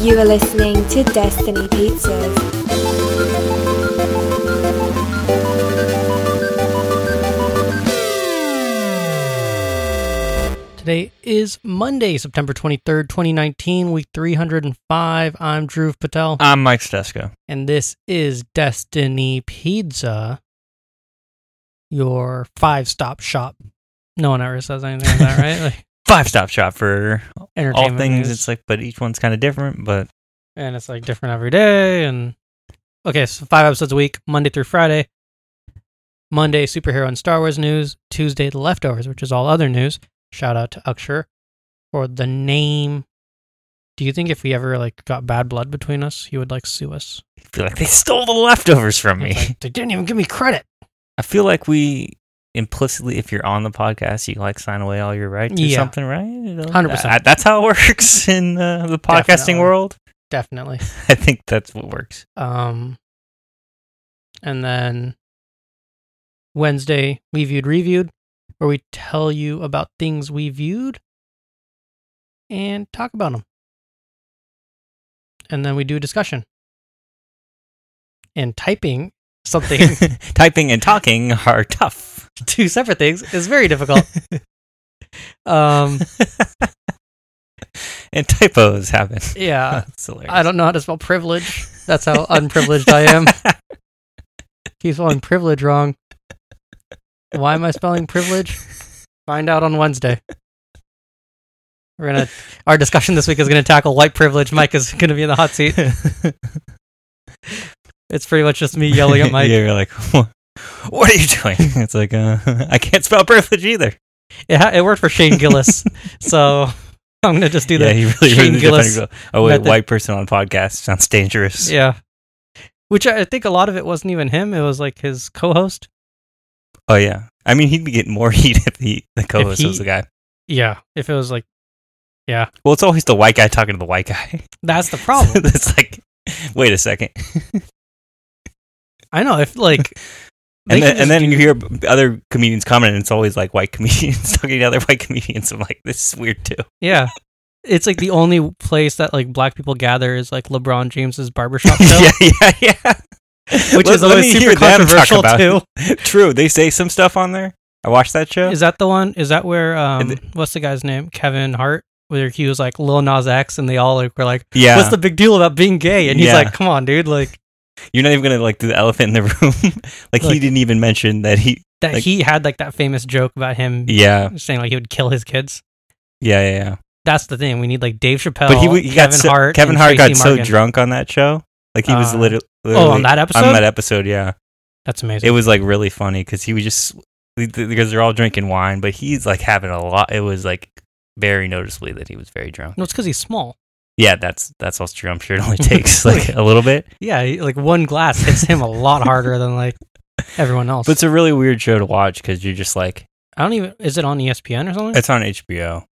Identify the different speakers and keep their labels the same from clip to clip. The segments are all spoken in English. Speaker 1: You are listening to Destiny Pizzas.
Speaker 2: Today is Monday, September 23rd, 2019, week 305. I'm Dhruv Patel,
Speaker 3: I'm Mike Steska.
Speaker 2: and this is Destiny Pizza, your five stop shop. No one ever says anything like that, right? Like,
Speaker 3: Five stop shop for all
Speaker 2: entertainment
Speaker 3: things.
Speaker 2: news.
Speaker 3: It's like, but each one's kind of different. But
Speaker 2: and it's like different every day. And okay, so five episodes a week, Monday through Friday. Monday, superhero and Star Wars news. Tuesday, the leftovers, which is all other news. Shout out to Uksher for the name. Do you think if we ever like got bad blood between us, he would like sue us?
Speaker 3: I feel like they stole the leftovers from
Speaker 2: It's
Speaker 3: me.
Speaker 2: like, they didn't even give me credit.
Speaker 3: I feel like we implicitly, if you're on the podcast, you like sign away all your rights or
Speaker 2: Yeah.
Speaker 3: something, right? You know,
Speaker 2: 100%.
Speaker 3: that- That's how it works in uh, the podcasting
Speaker 2: Definitely.
Speaker 3: world.
Speaker 2: Definitely.
Speaker 3: I think that's what works.
Speaker 2: Um, and then Wednesday, we viewed reviewed, where we tell you about things we viewed and talk about them. And then we do a discussion. And typing something,
Speaker 3: Typing and talking are tough.
Speaker 2: two separate things, is very difficult. um,
Speaker 3: and typos happen.
Speaker 2: yeah,
Speaker 3: That's hilarious.
Speaker 2: Uh, I don't know how to spell privilege. That's how unprivileged I am. Keep spelling privilege wrong. Why am I spelling privilege? Find out on Wednesday. We're gonna our discussion this week is gonna tackle white privilege. Mike is gonna be in the hot seat. It's pretty much just me yelling at Mike.
Speaker 3: You're like, what, what are you doing? It's like, uh, I can't spell privilege either.
Speaker 2: It, ha- it worked for Shane Gillis, so I'm gonna just do
Speaker 3: yeah,
Speaker 2: that.
Speaker 3: he really,
Speaker 2: Shane
Speaker 3: really
Speaker 2: Gillis
Speaker 3: defended- Oh wait,
Speaker 2: method.
Speaker 3: white person on podcast sounds dangerous.
Speaker 2: Yeah. Which I I think a lot of it wasn't even him. It was like his co-host.
Speaker 3: Oh yeah. I mean, he'd be getting more heat if the the co-host
Speaker 2: he-
Speaker 3: was the guy.
Speaker 2: Yeah. If it was like
Speaker 3: Well, it's always the white guy talking to the white guy.
Speaker 2: that's the problem.
Speaker 3: it's like, wait a second,
Speaker 2: I know. If like they can
Speaker 3: and then
Speaker 2: just
Speaker 3: and then
Speaker 2: do-
Speaker 3: you hear other comedians comment, and it's always like white comedians talking to other white comedians. I'm like, this is weird too.
Speaker 2: Yeah. It's like the only place that like black people gather is like LeBron James's barbershop show,
Speaker 3: yeah, yeah, yeah.
Speaker 2: which
Speaker 3: Let-
Speaker 2: is
Speaker 3: let
Speaker 2: always
Speaker 3: me
Speaker 2: super
Speaker 3: hear them talk
Speaker 2: controversial
Speaker 3: about
Speaker 2: too.
Speaker 3: it. True, they say some stuff on there. I watched that show.
Speaker 2: Is that the one? Is that where um
Speaker 3: And
Speaker 2: what's the guy's name? Kevin Hart, where he was like Lil Nas X, and they all like were like,
Speaker 3: yeah,
Speaker 2: "What's the big deal about being gay?" And he's
Speaker 3: Yeah.
Speaker 2: like, "Come on, dude! Like
Speaker 3: you're not even gonna like do the elephant in the room. like he
Speaker 2: Like-
Speaker 3: didn't even mention that he.
Speaker 2: that."
Speaker 3: Like-
Speaker 2: he had like that famous joke about him
Speaker 3: Yeah,
Speaker 2: saying like he would kill his kids.
Speaker 3: yeah, yeah. yeah.
Speaker 2: That's the thing. We need like Dave Chappelle,
Speaker 3: but he, w- he
Speaker 2: Oh, Kevin
Speaker 3: got so,
Speaker 2: Hart,
Speaker 3: Kevin
Speaker 2: and
Speaker 3: Hart got
Speaker 2: Tracy
Speaker 3: so
Speaker 2: Morgan.
Speaker 3: drunk on that show, like he was
Speaker 2: Uh,
Speaker 3: literally,
Speaker 2: Oh, on
Speaker 3: literally-
Speaker 2: that episode,
Speaker 3: on that episode, yeah,
Speaker 2: that's amazing.
Speaker 3: it was like really funny because he was just th- th- because they're all drinking wine, but he's like having a lot. It was like very noticeably that he was very drunk.
Speaker 2: no, it's because he's small.
Speaker 3: Yeah, that's that's all true. I'm sure it only takes like a little bit,
Speaker 2: Yeah, he- like one glass hits him a lot harder than like everyone else.
Speaker 3: but it's a really weird show to watch because you're just like
Speaker 2: I don't even. Is it on E ESPN or something?
Speaker 3: it's on HBO,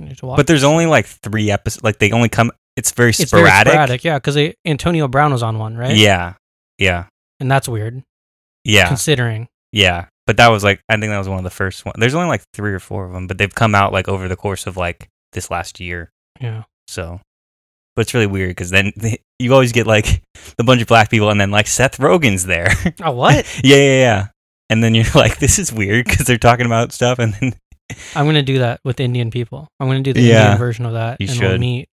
Speaker 2: I need to watch.
Speaker 3: but there's only like three episodes. Like they only come. It's very
Speaker 2: it's
Speaker 3: sporadic.
Speaker 2: very sporadic. Yeah, because Antonio Brown was on one, right?
Speaker 3: Yeah, yeah,
Speaker 2: and that's weird
Speaker 3: yeah.
Speaker 2: considering.
Speaker 3: Yeah, but that was like I think that was one of the first one. There's only like three or four of them, but they've come out like over the course of like this last year.
Speaker 2: Yeah,
Speaker 3: So, but it's really weird because then they, you always get like the bunch of black people, and then like Seth Rogen's there.
Speaker 2: oh what?
Speaker 3: yeah, yeah, yeah. And then you're like, this is weird because they're talking about stuff, and then
Speaker 2: I'm gonna do that with Indian people. I'm gonna do the
Speaker 3: Yeah.
Speaker 2: Indian version of that,
Speaker 3: You
Speaker 2: and we'll
Speaker 3: should.
Speaker 2: meet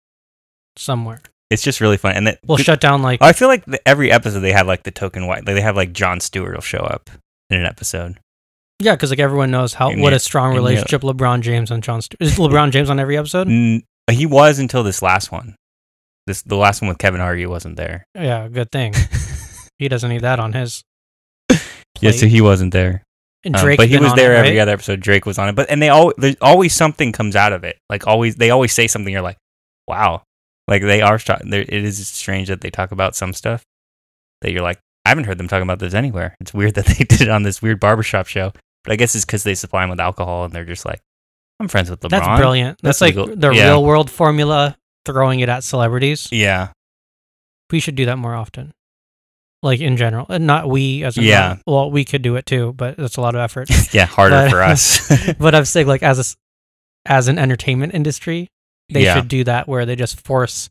Speaker 2: somewhere.
Speaker 3: it's just really fun. And then
Speaker 2: We'll shut down like
Speaker 3: I feel like the, every episode they have like the token white. Like they have like John Stewart will show up in an episode.
Speaker 2: yeah, because like everyone knows how
Speaker 3: India-
Speaker 2: what a strong
Speaker 3: India-
Speaker 2: relationship LeBron James and John St- is LeBron James on every episode.
Speaker 3: N- he was until this last one. This the last one with Kevin Hart. He wasn't there.
Speaker 2: Yeah, good thing he doesn't need that on his.
Speaker 3: Yeah,
Speaker 2: plate.
Speaker 3: so he wasn't there.
Speaker 2: and
Speaker 3: Um,
Speaker 2: Drake,
Speaker 3: but he was there every
Speaker 2: other.
Speaker 3: other episode. Drake was on it, but and they all there's always something comes out of it. Like always, they always say something. You're like, wow, like they are. stra- there- It is strange that they talk about some stuff that you're like, I haven't heard them talking about this anywhere. It's weird that they did it on this weird barbershop show, but I guess it's because they supply them with alcohol and they're just like, I'm friends with LeBron.
Speaker 2: That's brilliant. That's, like
Speaker 3: That's legal-
Speaker 2: the
Speaker 3: yeah.
Speaker 2: real world formula throwing it at celebrities.
Speaker 3: Yeah,
Speaker 2: We should do that more often. Like in general, and not we as in
Speaker 3: Yeah.
Speaker 2: Well, we could do it too, but that's a lot of effort.
Speaker 3: yeah, harder
Speaker 2: But-
Speaker 3: for us.
Speaker 2: but I'm saying like as a s as an entertainment industry, they
Speaker 3: Yeah.
Speaker 2: should do that where they just force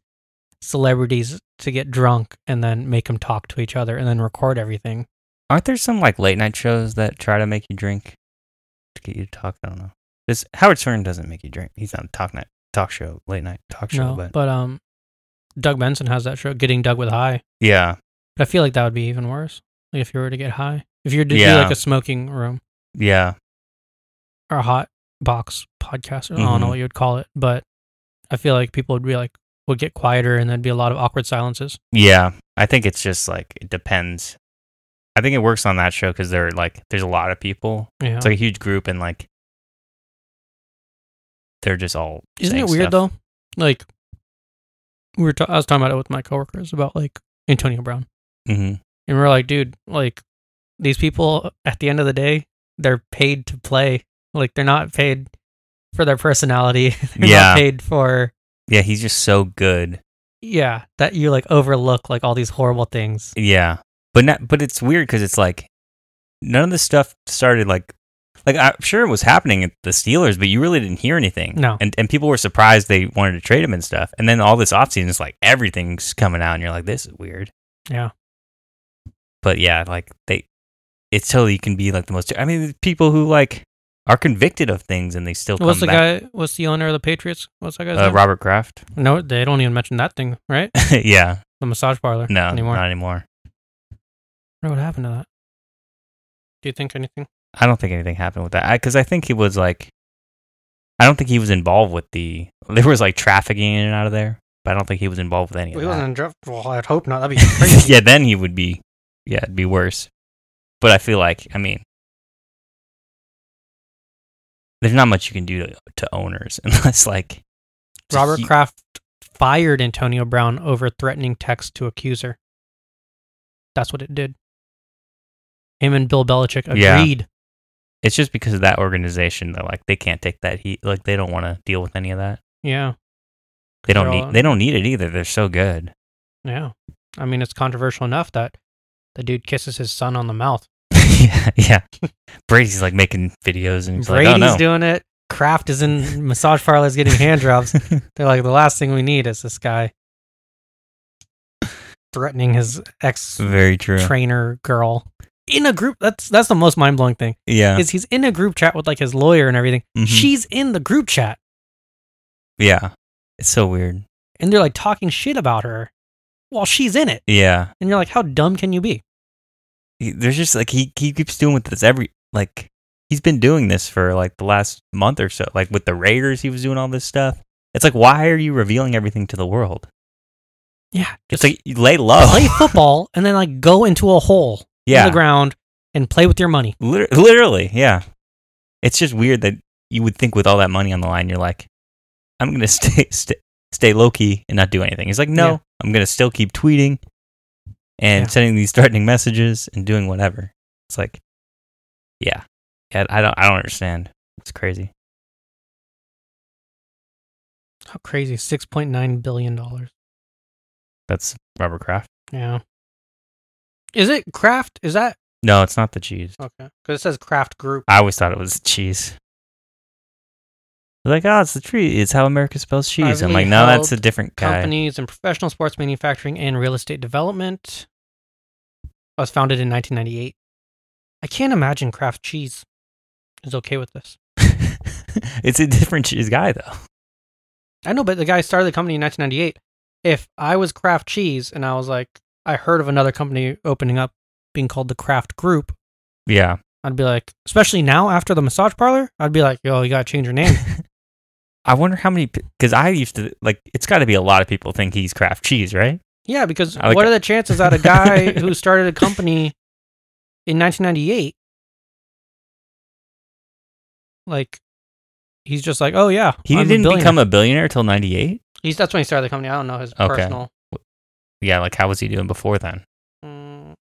Speaker 2: celebrities to get drunk and then make them talk to each other and then record everything.
Speaker 3: Aren't there some like late night shows that try to make you drink to get you to talk? I don't know. This Howard Stern doesn't make you drink. He's not a talk night talk show late night talk show,
Speaker 2: no,
Speaker 3: but,
Speaker 2: but, um, Doug Benson has that show, Getting Doug with High.
Speaker 3: yeah,
Speaker 2: But I feel like that would be even worse like, if you were to get high. If you were to do
Speaker 3: Yeah.
Speaker 2: like a smoking room
Speaker 3: yeah,
Speaker 2: or a hot box podcast, or I don't know
Speaker 3: Mhm.
Speaker 2: what you would call it, but I feel like people would be like, would get quieter and there'd be a lot of awkward silences.
Speaker 3: yeah. I think it's just like it depends. I think it works on that show because they're like there's a lot of people.
Speaker 2: Yeah.
Speaker 3: It's like a huge group and like they're just all.
Speaker 2: Isn't
Speaker 3: saying
Speaker 2: it weird
Speaker 3: stuff.
Speaker 2: though? Like we were, ta- I was talking about it with my coworkers about like Antonio Brown,
Speaker 3: Mhm.
Speaker 2: and we are like, dude, like these people at the end of the day, they're paid to play. Like they're not paid for their personality. they're
Speaker 3: Yeah.
Speaker 2: not paid for
Speaker 3: Yeah, he's just so good.
Speaker 2: yeah that you like overlook like all these horrible things.
Speaker 3: Yeah, but not, but it's weird because it's like none of this stuff started like like I'm sure it was happening at the Steelers, but you really didn't hear anything.
Speaker 2: No.
Speaker 3: and and people were surprised they wanted to trade him and stuff. And then all this offseason is like everything's coming out, and you're like, this is weird.
Speaker 2: Yeah.
Speaker 3: but yeah, like they, it's totally can be like the most. I mean, there's people who like are convicted of things and they still
Speaker 2: What's the
Speaker 3: come back.
Speaker 2: guy? What's the owner of the Patriots? What's that guy's
Speaker 3: uh,
Speaker 2: name?
Speaker 3: Robert Kraft.
Speaker 2: no, they don't even mention that thing, right?
Speaker 3: yeah,
Speaker 2: The massage parlor.
Speaker 3: no,
Speaker 2: anymore.
Speaker 3: not anymore.
Speaker 2: I wonder What happened to that? Do you think anything?
Speaker 3: I don't think anything happened with that because I, think he was like, I don't think he was involved with the. There was like trafficking in and out of there, but I don't think he was involved with any of
Speaker 2: He
Speaker 3: that.
Speaker 2: wasn't in draft. Well, I'd hope not. That'd be crazy.
Speaker 3: yeah, then he would be. Yeah, it'd be worse. But I feel like I mean, there's not much you can do to, to owners unless like it's a
Speaker 2: Robert
Speaker 3: hu-
Speaker 2: Kraft fired Antonio Brown over threatening text to accuser. That's what it did. Him and Bill Belichick
Speaker 3: Yeah.
Speaker 2: agreed.
Speaker 3: It's just because of that organization that like they can't take that heat. Like they don't want to deal with any of that.
Speaker 2: Yeah.
Speaker 3: They don't
Speaker 2: They're
Speaker 3: need.
Speaker 2: all-
Speaker 3: They don't need it either. They're so good.
Speaker 2: Yeah. I mean, it's controversial enough that the dude kisses his son on the mouth.
Speaker 3: yeah, yeah. Brady's like making videos and he's
Speaker 2: Brady's
Speaker 3: like, oh no.
Speaker 2: doing it. Kraft is in massage parlors getting hand jobs. They're like, the last thing we need is this guy threatening his ex
Speaker 3: Very true.
Speaker 2: trainer girl in a group. That's that's the most mind blowing thing.
Speaker 3: yeah.
Speaker 2: is he's in a group chat with like his lawyer and everything.
Speaker 3: Mhm.
Speaker 2: She's in the group chat
Speaker 3: yeah. It's so weird.
Speaker 2: and they're like talking shit about her while she's in it.
Speaker 3: Yeah.
Speaker 2: And you're like, how dumb can you be?
Speaker 3: He- There's just like he, he keeps doing with this every like he's been doing this for like the last month or so. Like with the Raiders, he was doing all this stuff. It's like why are you revealing everything to the world?
Speaker 2: Yeah.
Speaker 3: It's like you lay low.
Speaker 2: play football and then like go into a hole in
Speaker 3: yeah.
Speaker 2: the ground and play with your money.
Speaker 3: Liter- literally, yeah. It's just weird that you would think with all that money on the line, you're like, I'm gonna stay stay, stay low key and not do anything. He's like, no,
Speaker 2: Yeah.
Speaker 3: I'm gonna still keep tweeting and
Speaker 2: Yeah.
Speaker 3: sending these threatening messages and doing whatever. It's like, yeah, yeah. I don't, I don't understand. It's crazy.
Speaker 2: How crazy. Six point nine billion dollars.
Speaker 3: That's Robert Kraft.
Speaker 2: Yeah. Is it Kraft? Is that
Speaker 3: No, it's not the cheese.
Speaker 2: okay? Because it says Kraft Group.
Speaker 3: I always thought it was cheese. They're Like, oh, it's the tree. It's how America spells cheese. I'm
Speaker 2: Privately
Speaker 3: like, no, that's a
Speaker 2: held
Speaker 3: different guy.
Speaker 2: Companies and professional sports manufacturing and real estate development. I was founded in 1998. I can't imagine Kraft Cheese is okay with this.
Speaker 3: it's a different cheese guy though.
Speaker 2: I know, but the guy started the company in 1998. If I was Kraft Cheese and I was like, I heard of another company opening up being called the Kraft Group,
Speaker 3: Yeah.
Speaker 2: I'd be like, especially now after the massage parlor, I'd be like, yo, you gotta change your name.
Speaker 3: I wonder how many because I used to like it's got to be a lot of people think he's Kraft cheese, right?
Speaker 2: yeah, because
Speaker 3: I like
Speaker 2: what
Speaker 3: that.
Speaker 2: are the chances that a guy who started a company in 1998, like, he's just like, oh yeah,
Speaker 3: He
Speaker 2: I'm a
Speaker 3: didn't
Speaker 2: billionaire."
Speaker 3: become a billionaire till '98.
Speaker 2: He's that's when he started the company. I don't know his
Speaker 3: Okay.
Speaker 2: personal.
Speaker 3: Yeah, like how was he doing before then?
Speaker 2: Mm,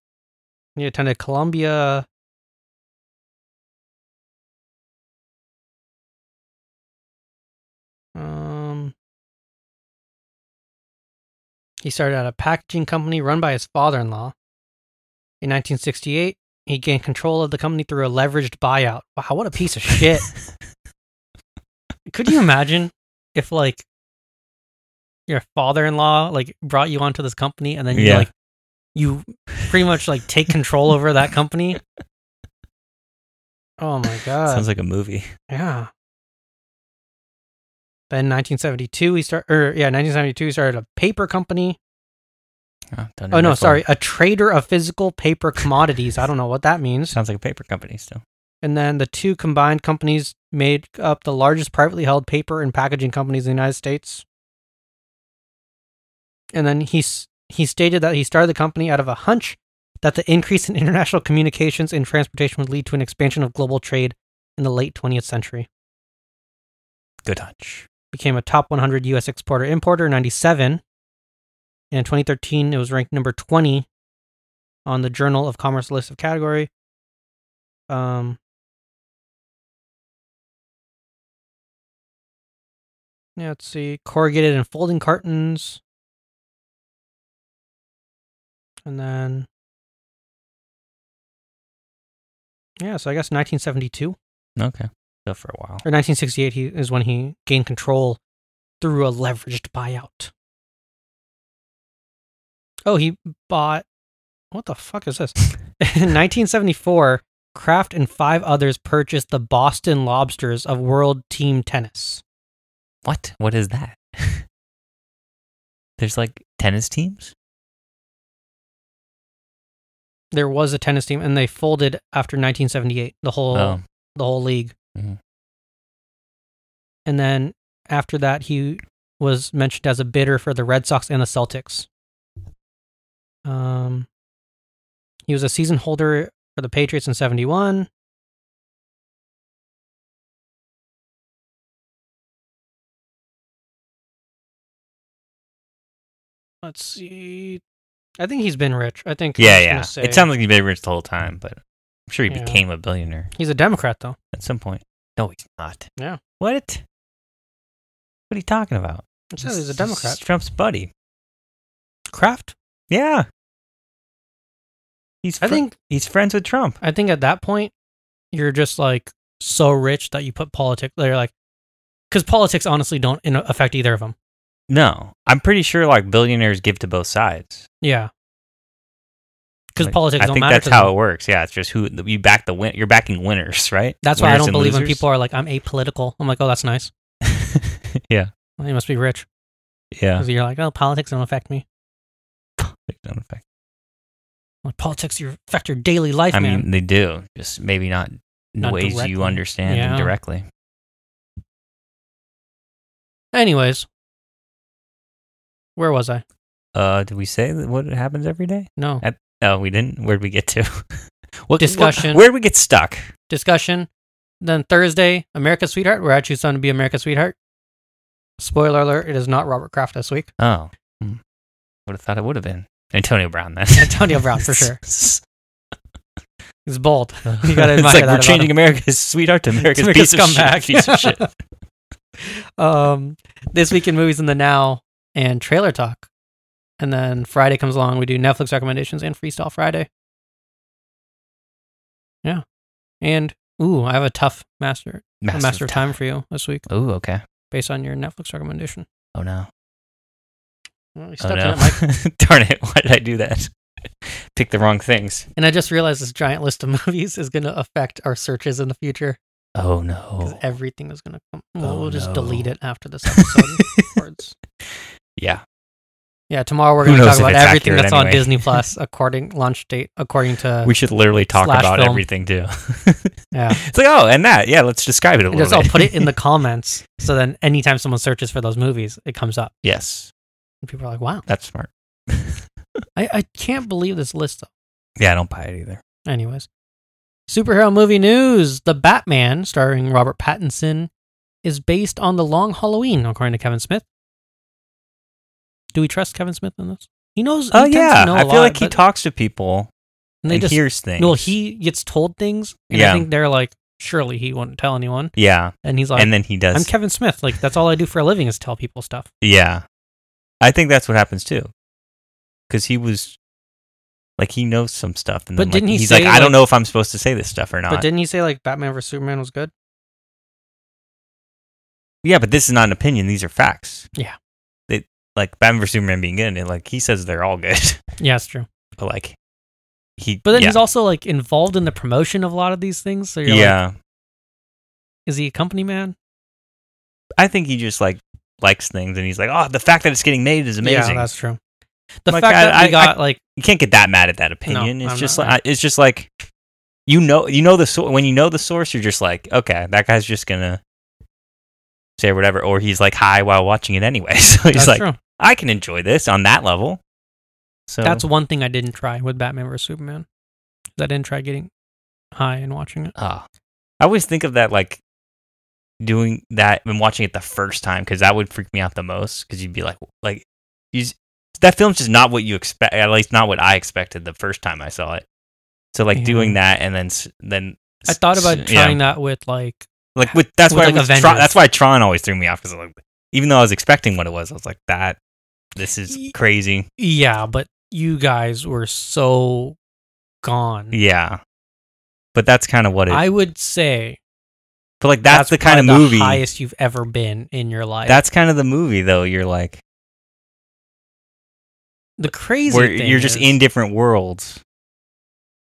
Speaker 2: he attended Columbia. Um, he started at a packaging company run by his father in law. In 1968, he gained control of the company through a leveraged buyout. Wow, what a piece of shit. Could you imagine if, like, your father-in-law like brought you onto this company and then you
Speaker 3: Yeah.
Speaker 2: like you pretty much like take control over that company. Oh my god.
Speaker 3: Sounds like a movie.
Speaker 2: Yeah. Then 1972, he started, or yeah, 1972, he started a paper company.
Speaker 3: Oh,
Speaker 2: Oh no, sorry, a trader of physical paper commodities. I don't know what that means.
Speaker 3: Sounds like a paper company still.
Speaker 2: And then the two combined companies made up the largest privately held paper and packaging companies in the United States. And then he s- he stated that he started the company out of a hunch that the increase in international communications and transportation would lead to an expansion of global trade in the late 20th century.
Speaker 3: Good hunch.
Speaker 2: became a top 100 U.S. exporter importer in 97. And in 2013, it was ranked number 20 on the Journal of Commerce list of category. Um, yeah, let's see. Corrugated and folding cartons. And then. Yeah, so I guess 1972
Speaker 3: Okay. Still for a while.
Speaker 2: or 1968 he, is when he gained control through a leveraged buyout. Oh, he bought. What the fuck is this? In 1974, Kraft and five others purchased the Boston Lobsters of World Team Tennis.
Speaker 3: What? What is that? There's like tennis teams?
Speaker 2: There was a tennis team, and they folded after 1978. The whole
Speaker 3: Oh.
Speaker 2: the whole league.
Speaker 3: Mhm.
Speaker 2: And then after that, he was mentioned as a bidder for the Red Sox and the Celtics. Um, he was a season holder for the Patriots in '71. Let's see. I think he's been rich. I think. I
Speaker 3: Yeah,
Speaker 2: was gonna
Speaker 3: yeah.
Speaker 2: say-
Speaker 3: It sounds like he's been rich the whole time, but I'm sure he
Speaker 2: Yeah.
Speaker 3: became a billionaire
Speaker 2: he's a Democrat, though.
Speaker 3: at some point. No, he's not.
Speaker 2: Yeah.
Speaker 3: What? What are you talking about?
Speaker 2: It says he's a
Speaker 3: This is
Speaker 2: Democrat.
Speaker 3: Trump's buddy.
Speaker 2: Kraft
Speaker 3: Yeah. He's
Speaker 2: I
Speaker 3: fri-
Speaker 2: think-
Speaker 3: he's friends with Trump.
Speaker 2: I think at that point, you're just like so rich that you put politics. They're like, because politics honestly don't in- affect either of them.
Speaker 3: No, I'm pretty sure like billionaires give to both sides.
Speaker 2: Yeah, because
Speaker 3: Like,
Speaker 2: politics
Speaker 3: I
Speaker 2: don't
Speaker 3: think
Speaker 2: matter.
Speaker 3: that's
Speaker 2: to
Speaker 3: how
Speaker 2: them.
Speaker 3: it works. Yeah, it's just who you back the win. You're backing winners, right?
Speaker 2: That's why I
Speaker 3: Winners
Speaker 2: don't
Speaker 3: and
Speaker 2: believe when
Speaker 3: losers.
Speaker 2: people are like, "I'm apolitical." I'm like, "Oh, that's nice."
Speaker 3: yeah,
Speaker 2: Well, you must be rich
Speaker 3: yeah.
Speaker 2: because you're like, "Oh, politics don't affect me."
Speaker 3: They don't affect-
Speaker 2: I'm Like, politics you affect your daily life,
Speaker 3: I
Speaker 2: man.
Speaker 3: mean, they do, just maybe not in
Speaker 2: Not
Speaker 3: ways you
Speaker 2: directly.
Speaker 3: understand
Speaker 2: Yeah.
Speaker 3: them directly.
Speaker 2: Anyways, where was I?
Speaker 3: Uh, did we say that what happens every day?
Speaker 2: No
Speaker 3: I- No, we didn't. Where'd we get to? what
Speaker 2: Discussion.
Speaker 3: where'd we get stuck?
Speaker 2: discussion. Then Thursday, America's Sweetheart, where I choose someone to be America's Sweetheart. Spoiler alert: It is not Robert Kraft this week.
Speaker 3: Oh,
Speaker 2: Hmm.
Speaker 3: would have thought it would have been Antonio Brown then.
Speaker 2: Antonio Brown, for sure. He's bold.
Speaker 3: You
Speaker 2: gotta
Speaker 3: it's
Speaker 2: admire
Speaker 3: like
Speaker 2: that
Speaker 3: we're
Speaker 2: about
Speaker 3: changing America's sweetheart to America's
Speaker 2: America's
Speaker 3: piece of
Speaker 2: comeback.
Speaker 3: shit. Piece of shit.
Speaker 2: Um, this week in movies in the now and trailer talk, and then Friday comes along. We do Netflix recommendations and Freestyle Friday. Yeah, and ooh, I have a tough master a
Speaker 3: Master,
Speaker 2: master of time for you this week
Speaker 3: Ooh, okay.
Speaker 2: based on your Netflix recommendation.
Speaker 3: Oh no.
Speaker 2: Well, you
Speaker 3: Oh,
Speaker 2: stepped in
Speaker 3: no.
Speaker 2: it, Mike.
Speaker 3: Darn it! Why did I do that? Pick the wrong things.
Speaker 2: And I just realized this giant list of movies is going to affect our searches in the future
Speaker 3: Oh
Speaker 2: because
Speaker 3: no.
Speaker 2: everything is going to come. Well,
Speaker 3: Oh,
Speaker 2: we'll just
Speaker 3: no.
Speaker 2: delete it after this episode. records.
Speaker 3: yeah.
Speaker 2: Yeah, tomorrow we're
Speaker 3: Who
Speaker 2: going to talk
Speaker 3: knows if
Speaker 2: about
Speaker 3: it's
Speaker 2: everything
Speaker 3: accurate
Speaker 2: that's on
Speaker 3: anyway.
Speaker 2: Disney Plus according launch date according to
Speaker 3: We should literally talk
Speaker 2: slash
Speaker 3: about
Speaker 2: film.
Speaker 3: everything too.
Speaker 2: yeah.
Speaker 3: it's like oh, and that. Yeah, let's describe it a
Speaker 2: I
Speaker 3: little
Speaker 2: just,
Speaker 3: bit.
Speaker 2: I'll put it in the comments so then anytime someone searches for those movies, it comes up
Speaker 3: yes,
Speaker 2: and people are like, "Wow,
Speaker 3: that's smart.
Speaker 2: I, I can't believe this list." Though.
Speaker 3: Yeah, I don't buy it either.
Speaker 2: Anyways, superhero movie news: The Batman, starring Robert Pattinson, is based on The Long Halloween, according to Kevin Smith. Do we trust Kevin Smith in this? He knows.
Speaker 3: Oh
Speaker 2: he tends
Speaker 3: yeah,
Speaker 2: to know a
Speaker 3: I feel
Speaker 2: lot,
Speaker 3: like he
Speaker 2: but-
Speaker 3: talks to people
Speaker 2: and
Speaker 3: and,
Speaker 2: they just
Speaker 3: hears things.
Speaker 2: well, he gets told things, and I
Speaker 3: Yeah.
Speaker 2: think they're like, "Surely he won't tell anyone."
Speaker 3: yeah,
Speaker 2: And he's like,
Speaker 3: and then he does.
Speaker 2: I'm Kevin Smith. Like, that's all I do for a living is tell people stuff.
Speaker 3: Yeah. I think that's what happens too. Cuz he was like he knows some stuff and
Speaker 2: But
Speaker 3: then,
Speaker 2: didn't
Speaker 3: like,
Speaker 2: he
Speaker 3: he's
Speaker 2: say,
Speaker 3: like I
Speaker 2: like-
Speaker 3: don't know if I'm supposed to say this stuff or not.
Speaker 2: But didn't he say, like, Batman vs. Superman was good?
Speaker 3: yeah, but this is not an opinion, these are facts.
Speaker 2: Yeah.
Speaker 3: They like Batman vs Superman being good, and like he says they're all good,
Speaker 2: Yeah, it's true.
Speaker 3: but like he,
Speaker 2: But then
Speaker 3: yeah,
Speaker 2: he's also like involved in the promotion of a lot of these things. So you're like,
Speaker 3: yeah.
Speaker 2: is he a company man?
Speaker 3: I think he just like likes things, and he's like, oh, the fact that it's getting made is
Speaker 2: Yeah,
Speaker 3: amazing.
Speaker 2: that's true. The
Speaker 3: Like,
Speaker 2: fact
Speaker 3: I-
Speaker 2: that we
Speaker 3: I-
Speaker 2: got like
Speaker 3: you can't get that mad at that opinion.
Speaker 2: No,
Speaker 3: it's
Speaker 2: I'm
Speaker 3: just
Speaker 2: not.
Speaker 3: like it's just like you know you know the sor- when you know the source, you're just like, okay, that guy's just gonna say whatever, or he's like high while watching it anyway. So he's
Speaker 2: that's
Speaker 3: like,
Speaker 2: true.
Speaker 3: I can enjoy this on that level. So
Speaker 2: That's one thing I didn't try with Batman vs Superman. I didn't try getting high and watching it.
Speaker 3: Ah. I always think of that like doing that and watching it the first time because that would freak me out the most because you'd be like like you s- that film's just not what you expect at least not what I expected the first time I saw it. So like
Speaker 2: Yeah.
Speaker 3: doing that and then s- then
Speaker 2: I
Speaker 3: s-
Speaker 2: thought about
Speaker 3: s- yeah.
Speaker 2: trying that with like
Speaker 3: like with that's
Speaker 2: with,
Speaker 3: why
Speaker 2: like,
Speaker 3: I was Tron-
Speaker 2: Avengers.
Speaker 3: that's why Tron always threw me off because like even though I was expecting what it was I was like that this is
Speaker 2: Ye-
Speaker 3: crazy
Speaker 2: yeah, but you guys were so gone.
Speaker 3: yeah but that's kind of what it
Speaker 2: Mm-hmm. I would say
Speaker 3: but like that's, the kind of
Speaker 2: probably
Speaker 3: movie
Speaker 2: the highest you've ever been in your life.
Speaker 3: that's kind of the movie though you're like
Speaker 2: the crazy
Speaker 3: where
Speaker 2: thing
Speaker 3: you're just
Speaker 2: is,
Speaker 3: in different worlds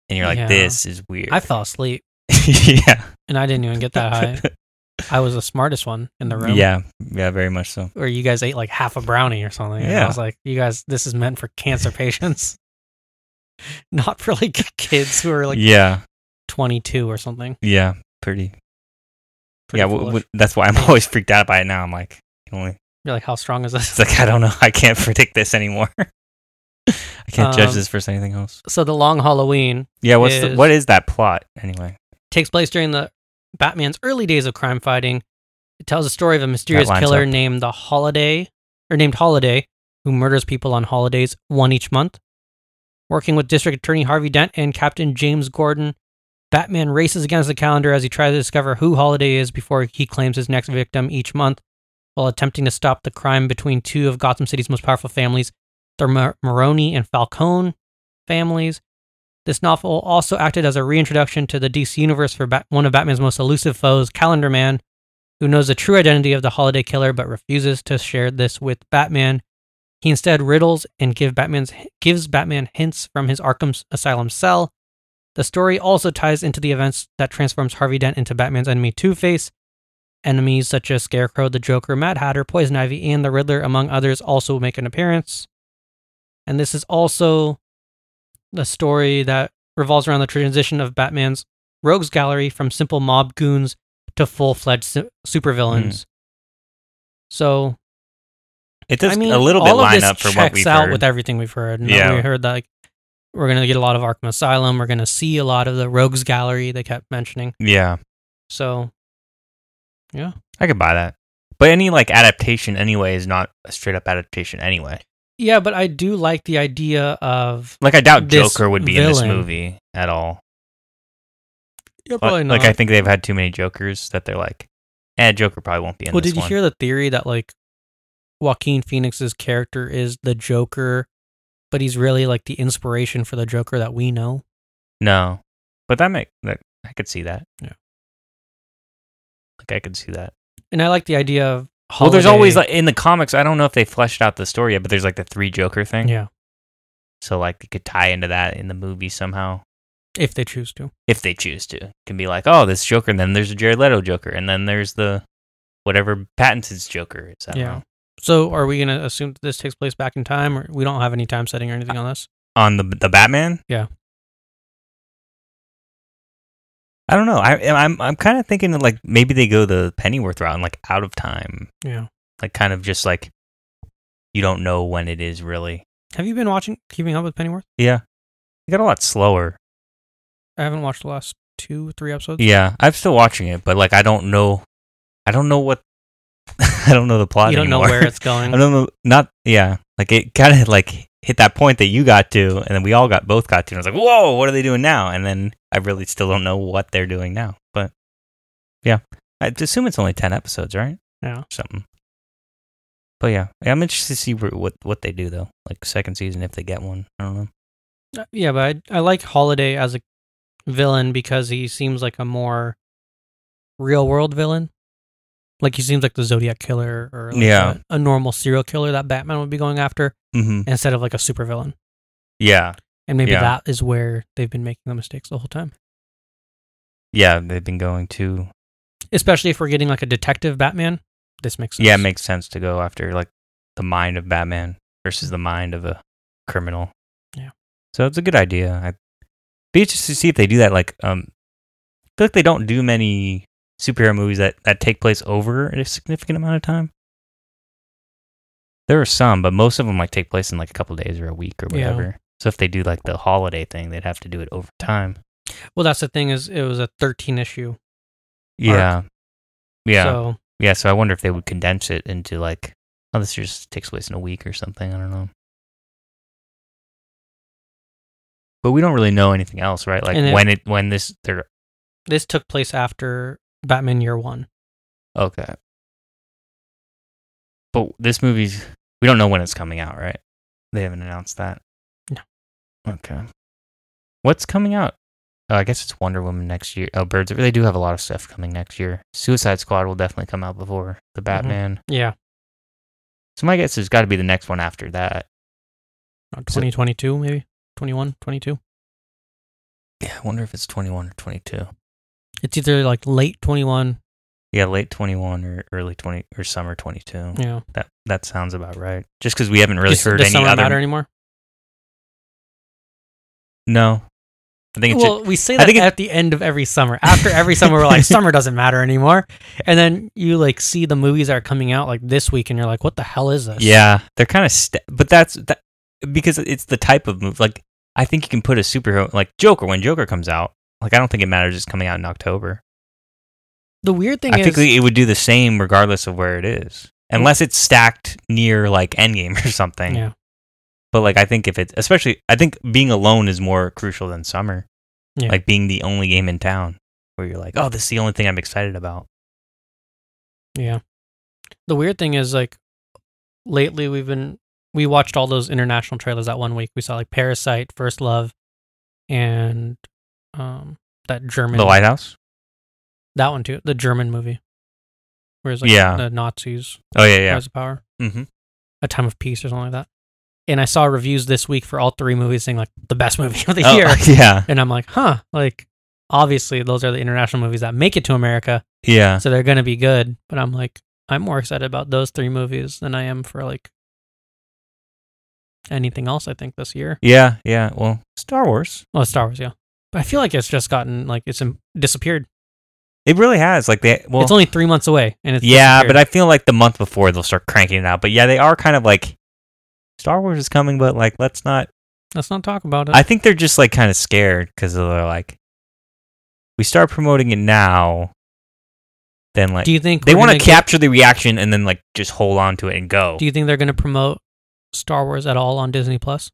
Speaker 3: and you're like
Speaker 2: Yeah.
Speaker 3: this is weird
Speaker 2: I fell asleep
Speaker 3: yeah
Speaker 2: and I didn't even get that high. I was the smartest one in the room.
Speaker 3: yeah yeah very much so
Speaker 2: Or you guys ate like half a brownie or something. And I
Speaker 3: Yeah.
Speaker 2: was like, you guys, this is meant for cancer patients, not for like kids who are like
Speaker 3: yeah
Speaker 2: 22 or something.
Speaker 3: yeah pretty,
Speaker 2: Pretty
Speaker 3: yeah w-
Speaker 2: foolish.
Speaker 3: w- that's why i'm always freaked out by it now i'm like I can only
Speaker 2: You're like, how strong is
Speaker 3: it's
Speaker 2: this?
Speaker 3: like i don't know i can't predict this anymore i can't
Speaker 2: Um,
Speaker 3: judge this versus anything else
Speaker 2: so the long Halloween
Speaker 3: yeah what's the,
Speaker 2: is-
Speaker 3: what is that plot anyway
Speaker 2: takes place during the Batman's early days of crime fighting. It tells the story of a mysterious
Speaker 3: lines
Speaker 2: killer
Speaker 3: up.
Speaker 2: named the Holiday, or named Holiday, who murders people on holidays, one each month. Working with District Attorney Harvey Dent and Captain James Gordon, Batman races against the calendar as he tries to discover who Holiday is before he claims his next victim each month, while attempting to stop the crime between two of Gotham City's most powerful families, the Mar- Maroni and Falcone families. This novel also acted as a reintroduction to the DC universe for Bat- one of Batman's most elusive foes, Calendar Man, who knows the true identity of the holiday killer but refuses to share this with Batman. He instead riddles and give Batman's gives Batman hints from his Arkham Asylum cell. The story also ties into the events that transforms Harvey Dent into Batman's enemy Two-Face. Enemies such as Scarecrow, the Joker, Mad Hatter, Poison Ivy, and the Riddler among others also make an appearance. And this is also the story that revolves around the transition of Batman's rogues gallery from simple mob goons to full-fledged su- supervillains. So
Speaker 3: it does
Speaker 2: I mean,
Speaker 3: a little bit
Speaker 2: all of
Speaker 3: line
Speaker 2: this
Speaker 3: up for
Speaker 2: checks
Speaker 3: what we've
Speaker 2: out
Speaker 3: heard
Speaker 2: with everything we've heard. And
Speaker 3: Yeah.
Speaker 2: we heard that like, we're gonna get a lot of Arkham Asylum. We're gonna see a lot of the Rogues Gallery they kept mentioning.
Speaker 3: yeah
Speaker 2: So, yeah,
Speaker 3: I could buy that. But any like adaptation anyway is not a straight up adaptation anyway.
Speaker 2: yeah, but I do like the idea of
Speaker 3: Like I doubt
Speaker 2: This
Speaker 3: Joker would be in this
Speaker 2: villain-
Speaker 3: movie at all.
Speaker 2: yeah, probably
Speaker 3: Like,
Speaker 2: not.
Speaker 3: like, I think they've had too many Jokers that they're like, eh, Joker probably won't be in
Speaker 2: well,
Speaker 3: this
Speaker 2: did you
Speaker 3: one.
Speaker 2: hear the theory that like Joaquin Phoenix's character is the Joker, but he's really like the inspiration for the Joker that we know?
Speaker 3: no, but that make that I could see that.
Speaker 2: Yeah.
Speaker 3: like I could see that.
Speaker 2: And I like the idea of
Speaker 3: Well, there's always
Speaker 2: Holiday-
Speaker 3: like in the comics. I don't know if they fleshed out the story yet, but there's like the three Joker thing.
Speaker 2: yeah,
Speaker 3: So like they could tie into that in the movie somehow.
Speaker 2: if they choose to.
Speaker 3: if they choose to, can be like, oh, this Joker, and then there's a Jared Leto Joker, and then there's the whatever Pattinson's Joker is. I don't
Speaker 2: Yeah.
Speaker 3: know.
Speaker 2: So, are we going to assume that this takes place back in time, or we don't have any time setting or anything on this?
Speaker 3: on the the Batman.
Speaker 2: Yeah.
Speaker 3: I don't know. I, I'm I'm kind of thinking that, like maybe they go the Pennyworth route and like out of time,
Speaker 2: Yeah.
Speaker 3: like kind of just like you don't know when it is really.
Speaker 2: Have you been watching Keeping Up with Pennyworth?
Speaker 3: Yeah, it got a lot slower.
Speaker 2: I haven't watched the last two, three episodes.
Speaker 3: Yeah, I'm still watching it, but like I don't know, I don't know what, I don't know the plot.
Speaker 2: you don't know
Speaker 3: anymore.
Speaker 2: where it's
Speaker 3: I
Speaker 2: going.
Speaker 3: don't know. Not yeah. Like it kind of like hit that point that you got to, and then we all got both got to, and I was like, "Whoa, what are they doing now?" And then I really still don't know what they're doing now. But yeah, I assume it's only ten episodes, right?
Speaker 2: Yeah.
Speaker 3: something. But yeah, I'm interested to see where, what what they do though. Like second season, if they get one, I don't know.
Speaker 2: Uh, yeah, but I, I like Holiday as a villain because he seems like a more real world villain. Like he seems like the Zodiac killer or like
Speaker 3: Yeah.
Speaker 2: a, a normal serial killer that Batman would be going after
Speaker 3: hmm
Speaker 2: instead of like a supervillain.
Speaker 3: Yeah.
Speaker 2: And maybe
Speaker 3: Yeah.
Speaker 2: that is where they've been making the mistakes the whole time.
Speaker 3: Yeah. They've been going to.
Speaker 2: Especially if we're getting like a detective Batman, this makes sense.
Speaker 3: Yeah. It makes sense to go after like the mind of Batman versus the mind of a criminal.
Speaker 2: Yeah.
Speaker 3: So it's a good idea. I'd be interested to see if they do that. Like, um, I feel like they don't do many superhero movies that, that take place over a significant amount of time. There are some, but most of them like take place in like a couple days or a week or
Speaker 2: Yeah.
Speaker 3: whatever. So if they do like the holiday thing, they'd have to do it over time.
Speaker 2: well, that's the thing is it was a 13 issue.
Speaker 3: Yeah. Yeah.
Speaker 2: So
Speaker 3: Yeah, so I wonder if they would condense it into like, oh, this just takes place in a week or something. I don't know. But we don't really know anything else, right? Like
Speaker 2: And it-
Speaker 3: when it when this they're
Speaker 2: this took place after Batman Year One.
Speaker 3: okay. But this movie's we don't know when it's coming out, right? They haven't announced that.
Speaker 2: No.
Speaker 3: Okay. What's coming out? Oh, I guess it's Wonder Woman next year. Oh, Birds. of- They do have a lot of stuff coming next year. Suicide Squad will definitely come out before the
Speaker 2: Mm-hmm.
Speaker 3: Batman.
Speaker 2: Yeah.
Speaker 3: So my guess is got to be the next one after that.
Speaker 2: Or
Speaker 3: So-
Speaker 2: 2022, maybe 21, 22.
Speaker 3: Yeah, I wonder if it's 21 or 22.
Speaker 2: It's either like late 21,
Speaker 3: Yeah, late 21 or early 20 or summer 22.
Speaker 2: you know,
Speaker 3: That that sounds about right. Just because we haven't really
Speaker 2: does,
Speaker 3: heard
Speaker 2: does
Speaker 3: any
Speaker 2: summer
Speaker 3: other.
Speaker 2: matter anymore?
Speaker 3: No, I think it's
Speaker 2: Well, we say
Speaker 3: I
Speaker 2: that
Speaker 3: think it-
Speaker 2: at the end of every summer. After every summer, we're like, summer doesn't matter anymore. And then you like see the movies that are coming out like this week, and you're like, what the hell is this?
Speaker 3: yeah, they're kind of st- but that's that because it's the type of move. Like I think you can put a superhero like Joker when Joker comes out. Like I don't think it matters. It's coming out in October.
Speaker 2: The weird thing
Speaker 3: I
Speaker 2: is,
Speaker 3: think it would do the same regardless of where it is, unless it's stacked near like Endgame or something.
Speaker 2: yeah,
Speaker 3: But like I think if it's especially I think being alone is more crucial than summer.
Speaker 2: Yeah.
Speaker 3: Like being the only game in town where you're like, Oh, this is the only thing I'm excited about.
Speaker 2: yeah. The weird thing is, like, lately we've been we watched all those international trailers that one week. We saw like Parasite, First Love, and um that German
Speaker 3: The lighthouse?
Speaker 2: that one too, the German movie, where's like
Speaker 3: Yeah.
Speaker 2: the Nazis
Speaker 3: Oh yeah,
Speaker 2: rise to power.
Speaker 3: yeah. hmm
Speaker 2: A Time of Peace or something like that. And I saw reviews this week for all three movies saying like the best movie of the
Speaker 3: Oh,
Speaker 2: year.
Speaker 3: yeah.
Speaker 2: And I'm like, huh, like obviously those are the international movies that make it to America,
Speaker 3: Yeah.
Speaker 2: so they're gonna be good. But I'm like, I'm more excited about those three movies than I am for like anything else I think this year.
Speaker 3: Yeah, yeah. Well, Star Wars.
Speaker 2: Well, Star Wars, yeah. But I feel like it's just gotten like it's im- disappeared.
Speaker 3: It really has. Like they well
Speaker 2: it's only three months away, and it's
Speaker 3: Yeah, but I feel like the month before they'll start cranking it out. But yeah, they are kind of like Star Wars is coming, but like let's not
Speaker 2: let's not talk about it.
Speaker 3: I think they're just like kind of scared because they're like we start promoting it now, then like
Speaker 2: do you think
Speaker 3: they
Speaker 2: we're
Speaker 3: want to
Speaker 2: gonna
Speaker 3: capture the reaction and then like just hold on to it and go.
Speaker 2: Get, do you think they're gonna promote Star Wars at all on Disney Plus?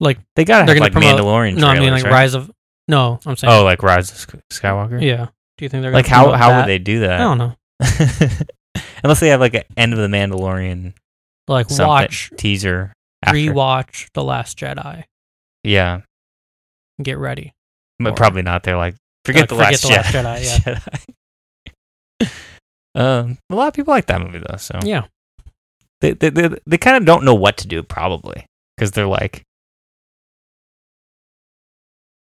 Speaker 3: they gotta
Speaker 2: they're
Speaker 3: have
Speaker 2: gonna
Speaker 3: like
Speaker 2: promote-
Speaker 3: Mandalorian.
Speaker 2: No, I mean
Speaker 3: trailers,
Speaker 2: like
Speaker 3: right?
Speaker 2: Rise of. No, I'm saying.
Speaker 3: Oh, like Rise of Sk- Skywalker.
Speaker 2: yeah. Do you think they're gonna
Speaker 3: Like how
Speaker 2: promote
Speaker 3: how
Speaker 2: that?
Speaker 3: would they do
Speaker 2: I
Speaker 3: that?
Speaker 2: don't know.
Speaker 3: Unless they have like an end of the Mandalorian
Speaker 2: Like
Speaker 3: something-
Speaker 2: watch,
Speaker 3: teaser. After.
Speaker 2: rewatch The Last Jedi.
Speaker 3: Yeah,
Speaker 2: and Get ready.
Speaker 3: but
Speaker 2: Or-
Speaker 3: probably not. They're like forget,
Speaker 2: Like,
Speaker 3: the, last
Speaker 2: forget The Last
Speaker 3: Jedi. Jedi. um, a lot of people like that movie though. So
Speaker 2: Yeah.
Speaker 3: they they they, they kind of don't know what to do probably because they're like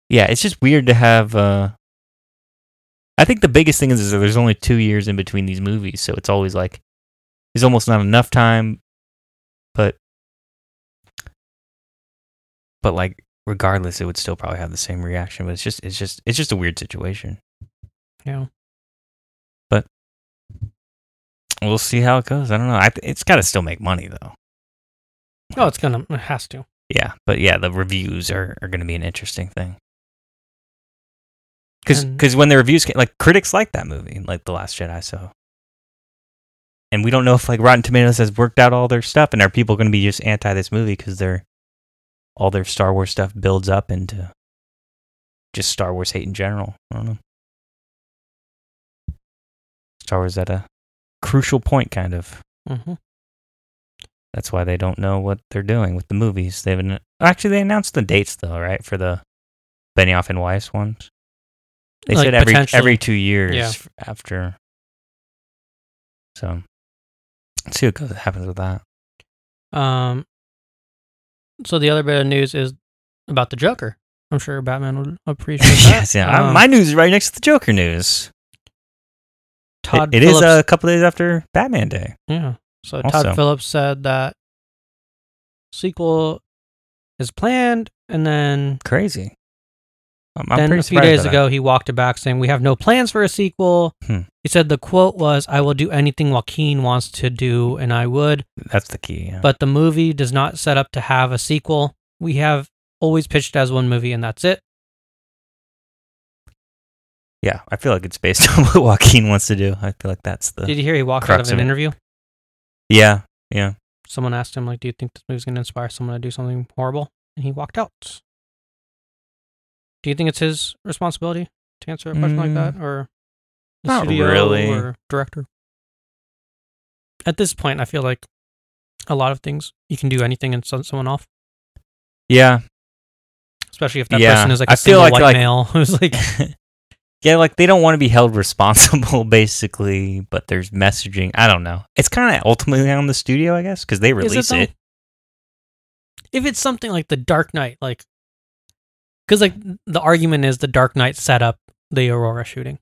Speaker 3: yeah it's just weird to have uh i think the biggest thing is, is that there's only two years in between these movies so it's always like there's almost not enough time but but like regardless it would still probably have the same reaction but it's just it's just it's just a weird situation
Speaker 2: Yeah.
Speaker 3: we'll see how it goes i don't know I, th- it's got to still make money though
Speaker 2: Oh, it's gonna. It has to.
Speaker 3: Yeah, but yeah, the reviews are, are going to be an interesting thing. Because
Speaker 2: And-
Speaker 3: when the reviews came, like critics like that movie, like The Last Jedi, so. And we don't know if like Rotten Tomatoes has worked out all their stuff, and are people going to be just anti this movie because they're all their Star Wars stuff builds up into just Star Wars hate in general. I don't know. Star Wars at a crucial point, kind of.
Speaker 2: hmm
Speaker 3: Mm-hmm. That's why they don't know what they're doing with the movies. They've an- actually they announced the dates though, right? For the Benioff and Weiss ones, they
Speaker 2: Like,
Speaker 3: said every
Speaker 2: potentially.
Speaker 3: every two years
Speaker 2: Yeah.
Speaker 3: f- after. So let's see what goes, happens with that.
Speaker 2: Um, so the other bit of news is about the Joker. I'm sure Batman would appreciate that.
Speaker 3: yes, yeah. I-
Speaker 2: Um,
Speaker 3: my news is right next to the Joker news. It-
Speaker 2: Todd
Speaker 3: it is
Speaker 2: Phillips-
Speaker 3: a couple days after Batman Day.
Speaker 2: Yeah. So
Speaker 3: Also.
Speaker 2: Todd Phillips said that sequel is planned, and then
Speaker 3: Crazy. Um, I'm
Speaker 2: then
Speaker 3: pretty
Speaker 2: a few
Speaker 3: surprised
Speaker 2: days
Speaker 3: by
Speaker 2: ago he walked it back, saying we have no plans for a sequel.
Speaker 3: Hmm.
Speaker 2: He said the quote was, "I will do anything Joaquin wants to do, and I would."
Speaker 3: that. that's the key. Yeah.
Speaker 2: But the movie does not set up to have a sequel. We have always pitched as one movie, and that's it.
Speaker 3: yeah, I feel like it's based on what Joaquin wants to do. I feel like that's the
Speaker 2: Did you hear he walked out
Speaker 3: crux
Speaker 2: of an
Speaker 3: of it.
Speaker 2: interview?
Speaker 3: yeah, yeah.
Speaker 2: Someone asked him, like, "Do you think this movie's going to inspire someone to do something horrible?" And he walked out. Do you think it's his responsibility to answer a question like that, or the
Speaker 3: Mm. Not
Speaker 2: studio
Speaker 3: really.
Speaker 2: or director? At this point, I feel like a lot of things you can do anything and send someone off,
Speaker 3: Yeah.
Speaker 2: especially if that
Speaker 3: Yeah,
Speaker 2: person is like a
Speaker 3: I feel
Speaker 2: single
Speaker 3: like-
Speaker 2: white
Speaker 3: like-
Speaker 2: male who's like,
Speaker 3: yeah, like they don't want to be held responsible basically, but there's messaging. I don't know. It's kind of ultimately on the studio, I guess, cuz they
Speaker 2: Is
Speaker 3: release
Speaker 2: though?
Speaker 3: it.
Speaker 2: If it's something like the Dark Knight, like, because like the argument is the Dark Knight set up the Aurora shooting.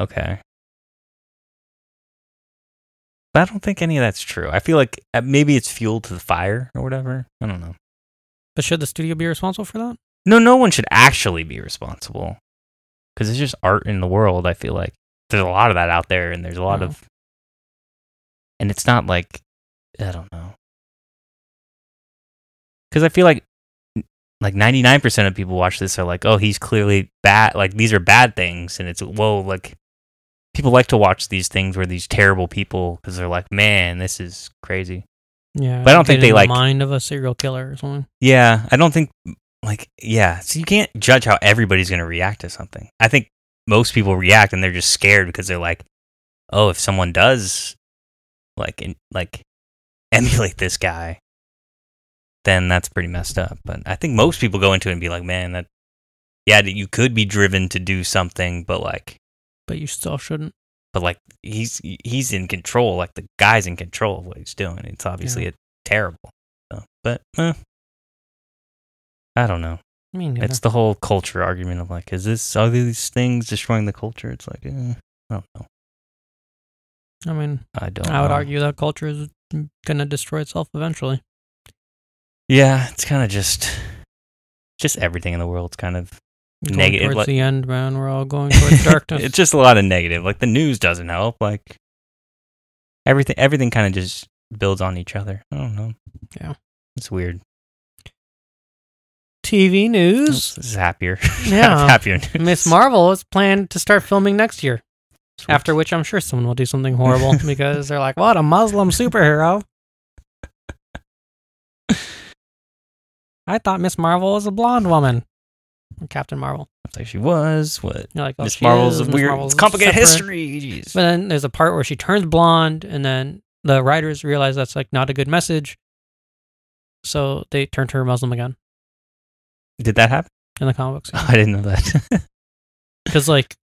Speaker 3: Okay. But I don't think any of that's true. I feel like uh, maybe it's fuel to the fire or whatever. I don't know.
Speaker 2: But should the studio be responsible for that?
Speaker 3: No, no one should actually be responsible because it's just art in the world. I feel like there's a lot of that out there, and there's a lot
Speaker 2: Mhm.
Speaker 3: of, and it's not like I don't know, because I feel like like 99% of people watch this are like, oh, he's clearly bad. Like these are bad things, and it's whoa, like people like to watch these things where these terrible people because they're like, man, this is crazy.
Speaker 2: Yeah,
Speaker 3: But I don't think
Speaker 2: get
Speaker 3: they,
Speaker 2: in
Speaker 3: like-
Speaker 2: the mind of a serial killer or something.
Speaker 3: Yeah, I don't think like yeah. So you can't judge how everybody's going to react to something. I think most people react and they're just scared because they're like, "Oh, if someone does like in, like emulate this guy, then that's pretty messed up." But I think most people go into it and be like, "Man, that yeah, you could be driven to do something, but like
Speaker 2: But you still shouldn't.
Speaker 3: but like he's he's in control. Like the guy's in control of what he's doing. It's obviously
Speaker 2: Yeah.
Speaker 3: a terrible. So, but eh, I don't know.
Speaker 2: I mean,
Speaker 3: It's the whole culture argument of like, is this are these things destroying the culture? It's like, eh, I don't know.
Speaker 2: I mean,
Speaker 3: I don't.
Speaker 2: I would
Speaker 3: know.
Speaker 2: argue that culture is gonna destroy itself eventually.
Speaker 3: Yeah, it's kind of just just everything in the world's kind of
Speaker 2: Going
Speaker 3: Negative,
Speaker 2: towards
Speaker 3: like-
Speaker 2: the end, man. We're all going towards darkness.
Speaker 3: it's just a lot of negative. Like the news doesn't help. Like everything, everything kind of just builds on each other. I don't know.
Speaker 2: Yeah.
Speaker 3: it's weird.
Speaker 2: TV news.
Speaker 3: This is happier.
Speaker 2: Yeah.
Speaker 3: happier.
Speaker 2: Miss
Speaker 3: news.
Speaker 2: Marvel is planned to start filming next year.
Speaker 3: Sweet.
Speaker 2: After which, I'm sure someone will do something horrible because they're like, "What a Muslim superhero." I thought Miss Marvel was a blonde woman. Captain Marvel.
Speaker 3: It's like she was what
Speaker 2: You're like, oh,
Speaker 3: Miss
Speaker 2: she
Speaker 3: Marvel's
Speaker 2: is,
Speaker 3: a
Speaker 2: Miss
Speaker 3: weird,
Speaker 2: Marvel's
Speaker 3: it's complicated
Speaker 2: separate.
Speaker 3: history. Jeez.
Speaker 2: But then there's a part where she turns blonde, and then the writers realize that's like not a good message, so they turn to her Muslim again
Speaker 3: Did that happen?
Speaker 2: in the comic books.
Speaker 3: Oh, I didn't know that.
Speaker 2: Because like,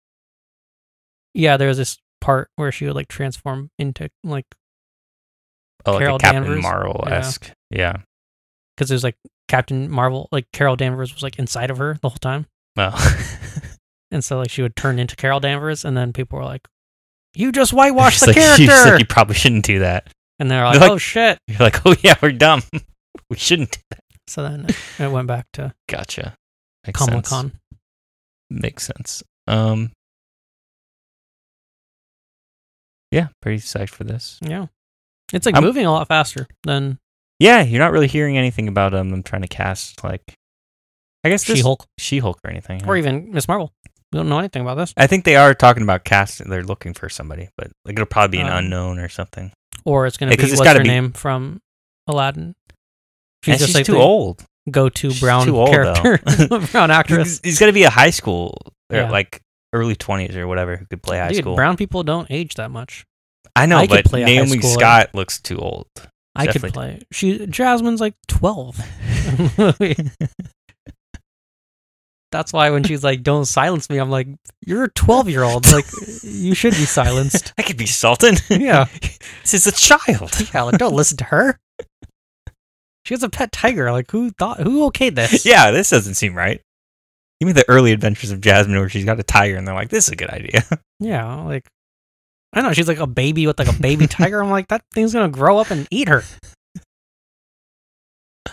Speaker 2: yeah, there was this part where she would like transform into like
Speaker 3: oh, like
Speaker 2: Carol
Speaker 3: a Captain
Speaker 2: Danvers?
Speaker 3: Marvel esque. Yeah.
Speaker 2: because there's like Captain Marvel, like Carol Danvers was like inside of her the whole time,
Speaker 3: Well,
Speaker 2: and so like she would turn into Carol Danvers, and then people were like, "You just whitewashed
Speaker 3: It's
Speaker 2: the
Speaker 3: like, You, it's
Speaker 2: character,"
Speaker 3: like, you probably shouldn't do that.
Speaker 2: and they're
Speaker 3: They're
Speaker 2: like,
Speaker 3: like-
Speaker 2: "Oh shit!"
Speaker 3: You're like, oh yeah, we're dumb. we shouldn't. do that.
Speaker 2: So then it went back to
Speaker 3: Gotcha. Makes sense.
Speaker 2: Comic Con.
Speaker 3: Makes sense. Um. Yeah, pretty psyched for this.
Speaker 2: Yeah. It's like
Speaker 3: I'm-
Speaker 2: moving a lot faster than
Speaker 3: Yeah, you're not really hearing anything about um, them trying to cast like, I guess
Speaker 2: She Hulk
Speaker 3: She Hulk, or anything. yeah.
Speaker 2: or even Miss Marvel. We don't know anything about this.
Speaker 3: I think they are talking about casting. They're looking for somebody, but like, it'll probably be an
Speaker 2: Um,
Speaker 3: unknown or something.
Speaker 2: Or it's going to
Speaker 3: Yeah,
Speaker 2: be
Speaker 3: 'cause it's
Speaker 2: what's
Speaker 3: gotta
Speaker 2: her
Speaker 3: be-
Speaker 2: name from Aladdin.
Speaker 3: She's, and she's too
Speaker 2: the
Speaker 3: old.
Speaker 2: go-to
Speaker 3: She's
Speaker 2: brown
Speaker 3: too old,
Speaker 2: character,
Speaker 3: though.
Speaker 2: brown actress.
Speaker 3: He's, he's got to be a high school or
Speaker 2: Yeah.
Speaker 3: like early twenties or whatever who could play high
Speaker 2: Dude,
Speaker 3: school.
Speaker 2: brown people don't age that much.
Speaker 3: I know,
Speaker 2: I could
Speaker 3: but
Speaker 2: play a high
Speaker 3: Naomi
Speaker 2: schooler.
Speaker 3: Scott looks too old.
Speaker 2: I could
Speaker 3: Definitely.
Speaker 2: play. She Jasmine's like twelve. that That's why when she's like, "Don't silence me," I'm like, "You're a 12 year old. Like, you should be silenced."
Speaker 3: I could be Sultan.
Speaker 2: Yeah,
Speaker 3: this is a child.
Speaker 2: yeah. Like, don't listen to her. She has a pet tiger. Like, who thought? Who okayed this?
Speaker 3: yeah, this doesn't seem right. Give me the early adventures of Jasmine where she's got a tiger and they're like, this is a good idea.
Speaker 2: Yeah, like I don't know. She's like a baby with like a baby tiger. I'm like that thing's gonna grow up and eat her.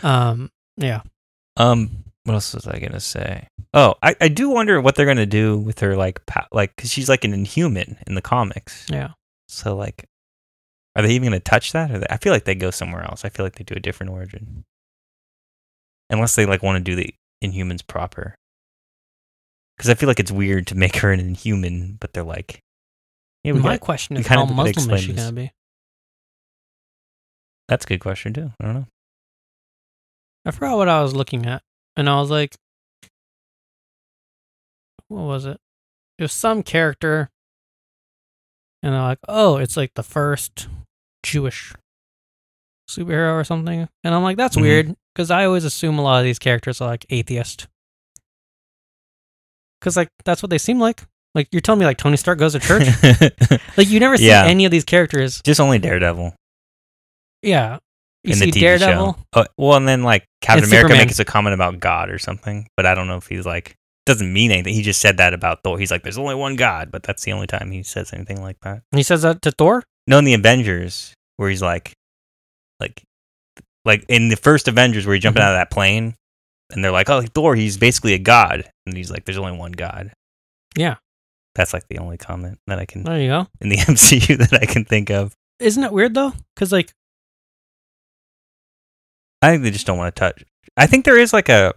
Speaker 2: Um. Yeah.
Speaker 3: Um, what else was I gonna say? Oh, I, I do wonder what they're gonna do with her, like, pa- like, cause she's like an inhuman in the comics.
Speaker 2: Yeah.
Speaker 3: So like, are they even gonna touch that? Or they, I feel like they go somewhere else. I feel like they do a different origin, unless they like want to do the Inhumans proper. Because I feel like it's weird to make her an Inhuman, but they're like, yeah, we
Speaker 2: My
Speaker 3: got-
Speaker 2: question
Speaker 3: we
Speaker 2: is,
Speaker 3: kinda
Speaker 2: how
Speaker 3: did
Speaker 2: Muslim
Speaker 3: explain
Speaker 2: is she
Speaker 3: this.
Speaker 2: gonna be?
Speaker 3: that's a good question too. I don't know.
Speaker 2: I forgot what I was looking at, and I was like, "What was it?" It was some character, and I'm like, "Oh, it's like the first Jewish superhero or something," and I'm like, "That's
Speaker 3: Mhm.
Speaker 2: weird 'cause weird," because I always assume a lot of these characters are like atheist, because like that's what they seem like. Like you're telling me, like Tony Stark goes to church. like you never see
Speaker 3: Yeah.
Speaker 2: any of these characters.
Speaker 3: Just only Daredevil
Speaker 2: Yeah, you
Speaker 3: in
Speaker 2: see
Speaker 3: the TV
Speaker 2: Daredevil.
Speaker 3: show. Oh, well, and then like Captain
Speaker 2: And
Speaker 3: America
Speaker 2: Superman.
Speaker 3: makes a comment about God or something, but I don't know if he's like doesn't mean anything. He just said that about Thor. He's like, "There's only one God," but that's the only time he says anything like that.
Speaker 2: And he says that to Thor.
Speaker 3: No, in the Avengers, where he's like, like, like in the first Avengers, where he's jumping
Speaker 2: Mhm.
Speaker 3: out of that plane, and they're like, "Oh, Thor, he's basically a god," and he's like, "There's only one god."
Speaker 2: Yeah.
Speaker 3: that's like the only comment that I can
Speaker 2: There you go.
Speaker 3: in the MCU that I can think of.
Speaker 2: Isn't it weird though? Because like
Speaker 3: I think they just don't want to touch. I think there is like a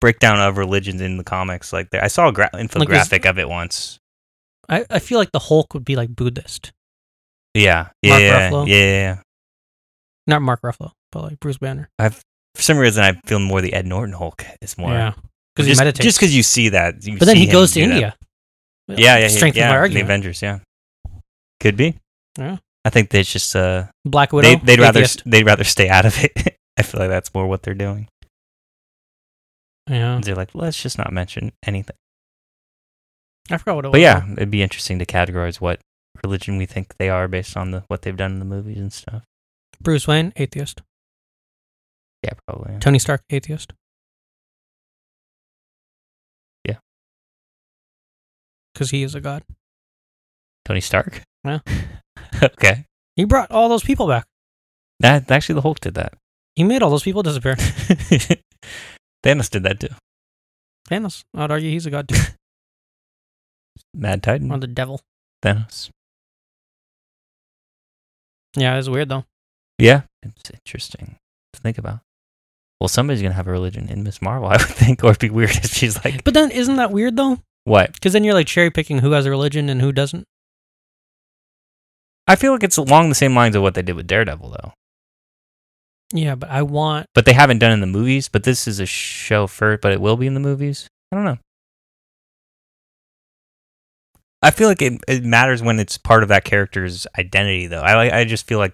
Speaker 3: breakdown of religions in the comics. Like, there, I saw a gra- infographic of it once.
Speaker 2: I, I feel like the Hulk would be like Buddhist,
Speaker 3: Yeah, yeah,
Speaker 2: Mark
Speaker 3: yeah, yeah,
Speaker 2: Ruffalo?
Speaker 3: yeah.
Speaker 2: not Mark Ruffalo, but like Bruce Banner.
Speaker 3: For some reason, I feel more the Ed Norton Hulk is more.
Speaker 2: Yeah, because he
Speaker 3: Just-
Speaker 2: meditates.
Speaker 3: Just because you see that, you
Speaker 2: but then
Speaker 3: see
Speaker 2: he
Speaker 3: him
Speaker 2: goes to
Speaker 3: do that.
Speaker 2: India.
Speaker 3: Yeah, yeah,
Speaker 2: Strengthen
Speaker 3: yeah,
Speaker 2: my
Speaker 3: in The
Speaker 2: argument.
Speaker 3: Avengers, yeah, could be.
Speaker 2: Yeah.
Speaker 3: I think they just uh,
Speaker 2: Black Widow.
Speaker 3: they, they'd rather
Speaker 2: atheist.
Speaker 3: they'd rather stay out of it. I feel like that's more what they're doing.
Speaker 2: Yeah,
Speaker 3: They're like, let's just not mention anything.
Speaker 2: I forgot what it was.
Speaker 3: But yeah, it'd be interesting to categorize what religion we think they are based on the what they've done in the movies and stuff.
Speaker 2: Bruce Wayne, atheist.
Speaker 3: Yeah, probably.
Speaker 2: Tony Stark, atheist.
Speaker 3: Yeah.
Speaker 2: because he is a god.
Speaker 3: Tony Stark.
Speaker 2: Yeah.
Speaker 3: okay.
Speaker 2: He brought all those people back.
Speaker 3: That actually, the Hulk did that.
Speaker 2: He made all those people disappear.
Speaker 3: Thanos did that too.
Speaker 2: Thanos, I'd argue he's a god too,
Speaker 3: Mad Titan.
Speaker 2: or the devil.
Speaker 3: Thanos.
Speaker 2: Yeah, it's weird though.
Speaker 3: Yeah. It's interesting to think about. Well, somebody's going to have a religion in Miss Marvel, I would think, or it'd be weird if she's like,
Speaker 2: But then isn't that weird though?
Speaker 3: what?
Speaker 2: Because then you're like cherry picking who has a religion and who doesn't.
Speaker 3: I feel like it's along the same lines of what they did with Daredevil, though.
Speaker 2: Yeah, but I want
Speaker 3: But they haven't done it in the movies, but this is a show first, but it will be in the movies. I don't know. I feel like it, it matters when it's part of that character's identity, though. I, like- I just feel like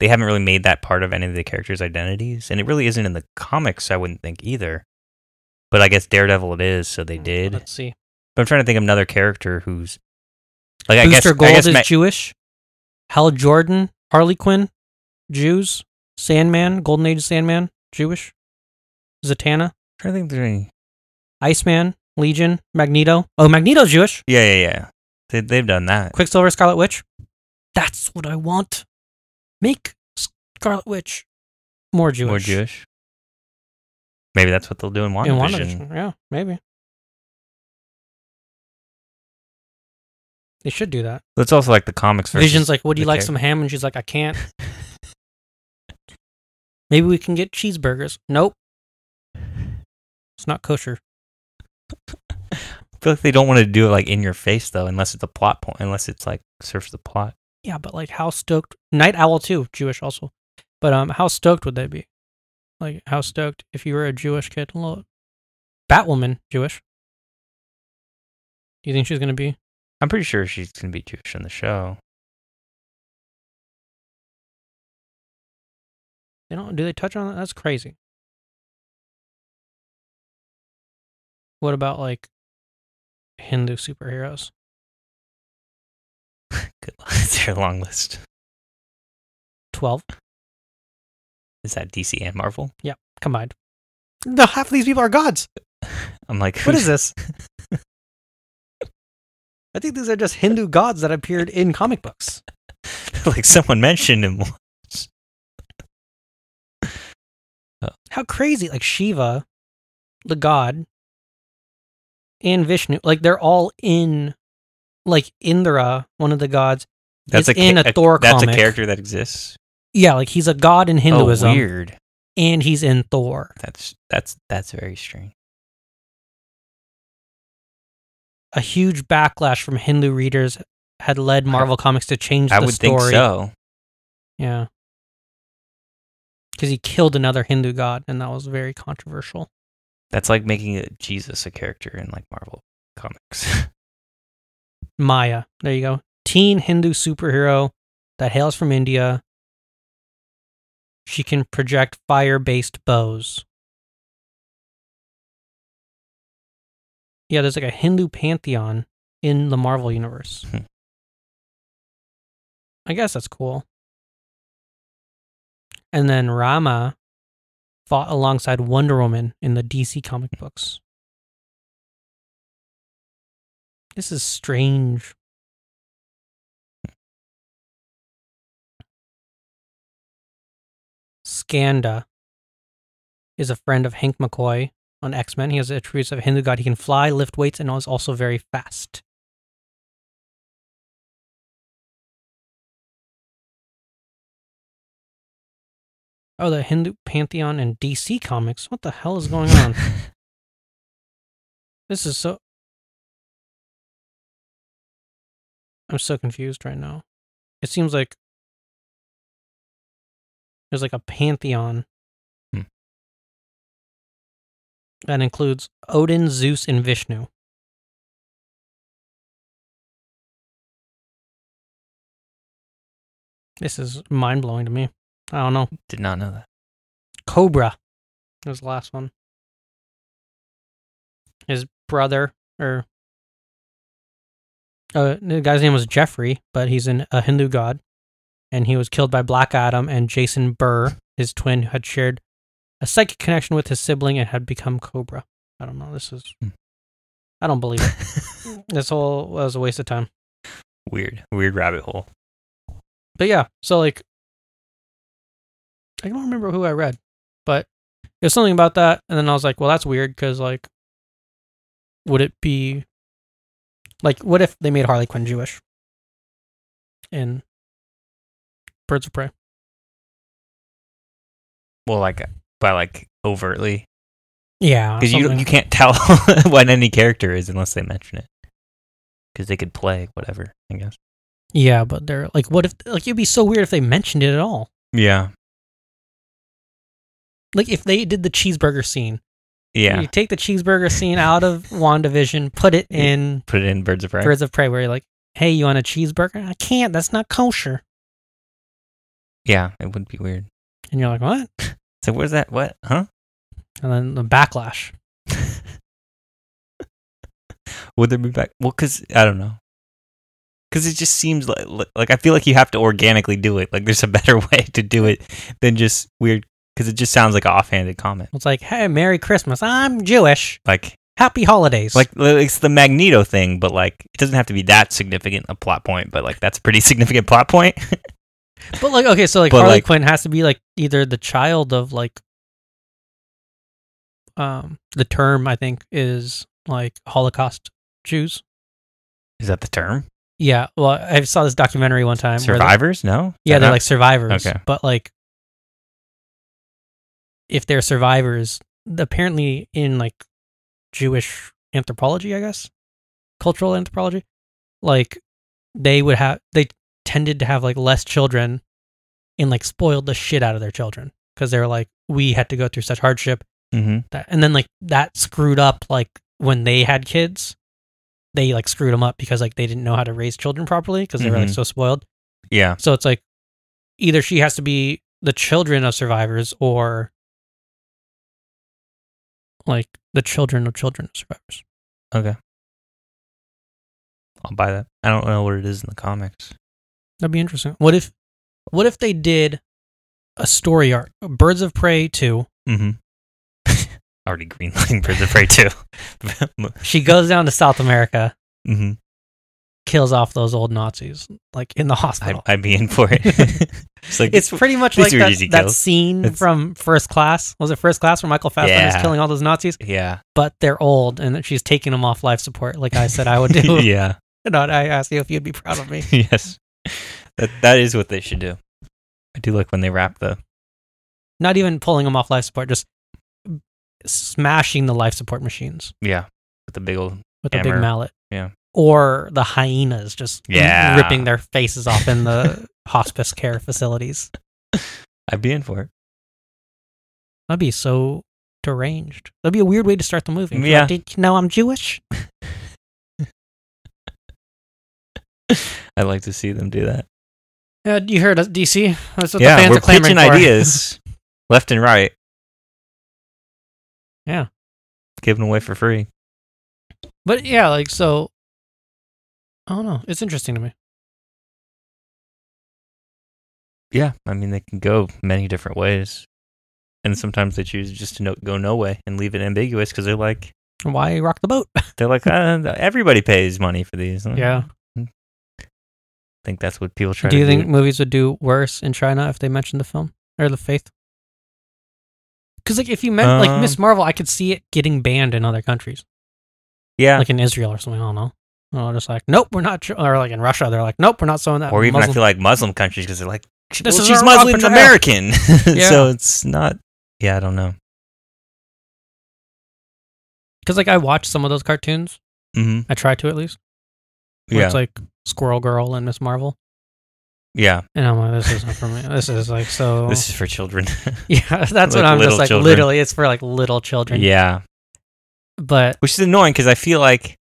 Speaker 3: they haven't really made that part of any of the characters' identities, and it really isn't in the comics, I wouldn't think either. But I guess Daredevil it is, so they did.
Speaker 2: Let's see.
Speaker 3: But I'm trying to think of another character who's like I guess
Speaker 2: Booster Gold
Speaker 3: I guess
Speaker 2: is
Speaker 3: Ma-
Speaker 2: Jewish. Hal Jordan, Harley Quinn, Jews. Sandman, Golden Age Sandman, Jewish. Zatanna,
Speaker 3: trying to think if there's any.
Speaker 2: Iceman, Legion, Magneto. Oh, Magneto's Jewish.
Speaker 3: Yeah, yeah, yeah. They, they've done that.
Speaker 2: Quicksilver, Scarlet Witch. That's what I want. Make Scarlet Witch more Jewish.
Speaker 3: More Jewish. Maybe that's what they'll do in
Speaker 2: In
Speaker 3: WandaVision.
Speaker 2: WandaVision. Yeah, maybe. They should do that.
Speaker 3: That's also like the comics. versus
Speaker 2: Vision's like, "Would you
Speaker 3: the
Speaker 2: like
Speaker 3: char-
Speaker 2: some ham?" And she's like, "I can't." Maybe we can get cheeseburgers. Nope, it's not kosher.
Speaker 3: I feel like they don't want to do it like in your face though, unless it's a plot point, unless it's like serves the plot.
Speaker 2: Yeah, but like, how stoked? Night Owl too, Jewish also, but um, how stoked would they be? Like, how stoked if you were a Jewish kid? Look, Batwoman, Jewish. Do you think she's gonna be?
Speaker 3: I'm pretty sure she's gonna be Jewish in the show.
Speaker 2: They don't. Do they touch on that? That's crazy. What about like Hindu superheroes?
Speaker 3: Good luck. It's their long list.
Speaker 2: 12
Speaker 3: Is that DC and Marvel?
Speaker 2: combined. No, half of these people are gods.
Speaker 3: I'm like,
Speaker 2: What is this? I think these are just Hindu gods that appeared in comic books.
Speaker 3: like someone mentioned him.
Speaker 2: How crazy! Like Shiva, the god, and Vishnu, like they're all in, like Indra, one of the gods.
Speaker 3: That's
Speaker 2: It's
Speaker 3: a
Speaker 2: in
Speaker 3: ca-
Speaker 2: a Thor
Speaker 3: That's
Speaker 2: comic.
Speaker 3: a character that exists.
Speaker 2: Yeah, like he's a god in Hinduism,
Speaker 3: Oh, weird.
Speaker 2: and he's in Thor.
Speaker 3: That's that's that's very strange.
Speaker 2: A huge backlash from Hindu readers had led Marvel Comics to change
Speaker 3: I
Speaker 2: the
Speaker 3: would
Speaker 2: story.
Speaker 3: think so.
Speaker 2: Yeah, because he killed another Hindu god, and that was very controversial.
Speaker 3: That's like making a Jesus a character in like Marvel comics.
Speaker 2: Maya. There you go. Teen Hindu superhero that hails from India. She can project fire based bows. Yeah, there's like a Hindu pantheon in the Marvel universe.
Speaker 3: Hmm.
Speaker 2: I guess that's cool. And then Rama fought alongside Wonder Woman in the DC comic books. This is strange. Skanda is a friend of Hank McCoy on X Men. He has the attributes of a Hindu god. He can fly, lift weights, and is also very fast. Oh, the Hindu pantheon and DC Comics. What the hell is going on? this is so. I'm so confused right now. It seems like there's like a pantheon
Speaker 3: Hmm.
Speaker 2: that includes Odin, Zeus, and Vishnu. This is mind blowing to me. I don't know.
Speaker 3: Did not know that.
Speaker 2: Cobra was the last one. His brother, or uh, the guy's name was Jeffrey, but he's an, a Hindu god, and he was killed by Black Adam and Jason Burr, his twin, who had shared a psychic connection with his sibling and had become Cobra. I don't know. This is,
Speaker 3: Hmm.
Speaker 2: I don't believe it. this whole was a waste of time.
Speaker 3: Weird. Weird rabbit hole.
Speaker 2: But yeah, so like, I don't remember who I read, but it was something about that. And then I was like, well, that's weird because like, would it be like, what if they made Harley Quinn Jewish in Birds of Prey?
Speaker 3: Well, like by like overtly
Speaker 2: Yeah,
Speaker 3: because you you can't tell what any character is unless they mention it. Because they could play whatever, I guess.
Speaker 2: yeah, but they're like, what if like it'd be so weird if they mentioned it at all?
Speaker 3: Yeah.
Speaker 2: Like if they did the cheeseburger scene,
Speaker 3: Yeah.
Speaker 2: you take the cheeseburger scene out of Wandavision, put it
Speaker 3: Yeah.
Speaker 2: in
Speaker 3: Put it in Birds of Prey.
Speaker 2: Birds of Prey, where you're like, hey, you want a cheeseburger? I can't. That's not kosher.
Speaker 3: Yeah, it would be weird.
Speaker 2: And you're like, what?
Speaker 3: So where's that? What? Huh?
Speaker 2: And then the backlash.
Speaker 3: Would there be back? Well, because I don't know. Because it just seems like, like like I feel like you have to organically do it. Like there's a better way to do it than just weird. Because it just sounds like an offhanded comment.
Speaker 2: It's like, hey, Merry Christmas. I'm Jewish.
Speaker 3: Like
Speaker 2: Happy holidays.
Speaker 3: like it's the Magneto thing, but like it doesn't have to be that significant a plot point. But like that's a pretty significant plot point.
Speaker 2: but like, okay, so like
Speaker 3: But,
Speaker 2: Harley
Speaker 3: like-
Speaker 2: Quinn has to be like either the child of like, um, the term I think is like Holocaust Jews.
Speaker 3: Is that the term?
Speaker 2: Yeah. Well, I saw this documentary one time. where they-
Speaker 3: Survivors? No.
Speaker 2: Yeah, they're
Speaker 3: Not-
Speaker 2: like survivors.
Speaker 3: Uh-huh. Okay.
Speaker 2: But like if they're survivors, apparently in like Jewish anthropology, I guess, cultural anthropology, like they would have they tended to have like less children and like spoiled the shit out of their children because they were like we had to go through such hardship
Speaker 3: Mhm.
Speaker 2: that and then like that screwed up like when they had kids they like screwed them up because like they didn't know how to raise children properly because they were like
Speaker 3: Mhm.
Speaker 2: so spoiled
Speaker 3: Yeah.
Speaker 2: so it's like either she has to be the children of survivors or like the children of children of survivors.
Speaker 3: Okay. I'll buy that. I don't know what it is in the comics.
Speaker 2: That'd be interesting. What if, what if they did a story arc, Birds of Prey two?
Speaker 3: Mm-hmm. Already greenlighting Birds of Prey too. mm-hmm.
Speaker 2: She goes down to South America, kills off those old Nazis, like in the
Speaker 3: I'd,
Speaker 2: hospital.
Speaker 3: I'd be in for it. it's like
Speaker 2: it's pretty much
Speaker 3: these
Speaker 2: like
Speaker 3: were
Speaker 2: that,
Speaker 3: easy
Speaker 2: that
Speaker 3: kills.
Speaker 2: scene
Speaker 3: That's-
Speaker 2: from First Class. Was it First Class where Michael Fassbender's
Speaker 3: Yeah.
Speaker 2: killing all those Nazis?
Speaker 3: yeah,
Speaker 2: But they're old, and that she's taking them off life support, like I said I would do.
Speaker 3: yeah,
Speaker 2: And I asked you if you'd be proud of me.
Speaker 3: yes. That that is what they should do. I do like when they wrap the
Speaker 2: Not even pulling them off life support, just smashing the life support machines
Speaker 3: yeah with the big old
Speaker 2: with a big
Speaker 3: Hammer.
Speaker 2: mallet.
Speaker 3: Yeah.
Speaker 2: Or the hyenas just
Speaker 3: Yeah.
Speaker 2: ripping their faces off in the hospice care facilities.
Speaker 3: I'd be in for it.
Speaker 2: That'd be so deranged. That'd be a weird way to start the movie. Like,
Speaker 3: Yeah.
Speaker 2: Did you know I'm Jewish?
Speaker 3: I'd like to see them do that.
Speaker 2: Uh, you heard us, DC. That's what the
Speaker 3: yeah,
Speaker 2: fans
Speaker 3: we're
Speaker 2: are clamoring
Speaker 3: pitching
Speaker 2: for.
Speaker 3: ideas left and right.
Speaker 2: Yeah.
Speaker 3: Give them away for free.
Speaker 2: But yeah, like so. I don't know. It's interesting to me.
Speaker 3: Yeah, I mean they can go many different ways, and sometimes they choose just to no- go no way and leave it ambiguous because they're like
Speaker 2: Why rock the boat?
Speaker 3: they're like uh, everybody pays money for these. I
Speaker 2: yeah.
Speaker 3: think that's what people try.
Speaker 2: do
Speaker 3: to
Speaker 2: you think movies would do worse in China if they mentioned the film or the faith? Because like if you meant like Miss
Speaker 3: Um,
Speaker 2: Marvel, I could see it getting banned in other countries,
Speaker 3: Yeah,
Speaker 2: like in Israel or something. I don't know. And I'm just like, nope, we're not. Ch-. Or like in Russia, they're like, nope, we're not showing that.
Speaker 3: or even I
Speaker 2: uh, Muslim-
Speaker 3: feel like Muslim countries because they're like
Speaker 2: This
Speaker 3: well,
Speaker 2: is
Speaker 3: she's
Speaker 2: our wrong
Speaker 3: Muslim
Speaker 2: portrayal.
Speaker 3: American,
Speaker 2: Yeah.
Speaker 3: so it's not. Yeah, I don't know.
Speaker 2: Because like I watch some of those cartoons,
Speaker 3: Mm-hmm.
Speaker 2: I try to at least. Where
Speaker 3: Yeah,
Speaker 2: It's like Squirrel Girl and Miss Marvel,
Speaker 3: yeah.
Speaker 2: and I'm like, this isn't for me. This is like so.
Speaker 3: This is for children.
Speaker 2: yeah, that's
Speaker 3: Like
Speaker 2: what I'm
Speaker 3: little
Speaker 2: just like.
Speaker 3: children.
Speaker 2: Literally, it's for like little children.
Speaker 3: yeah,
Speaker 2: But
Speaker 3: which is annoying because I feel like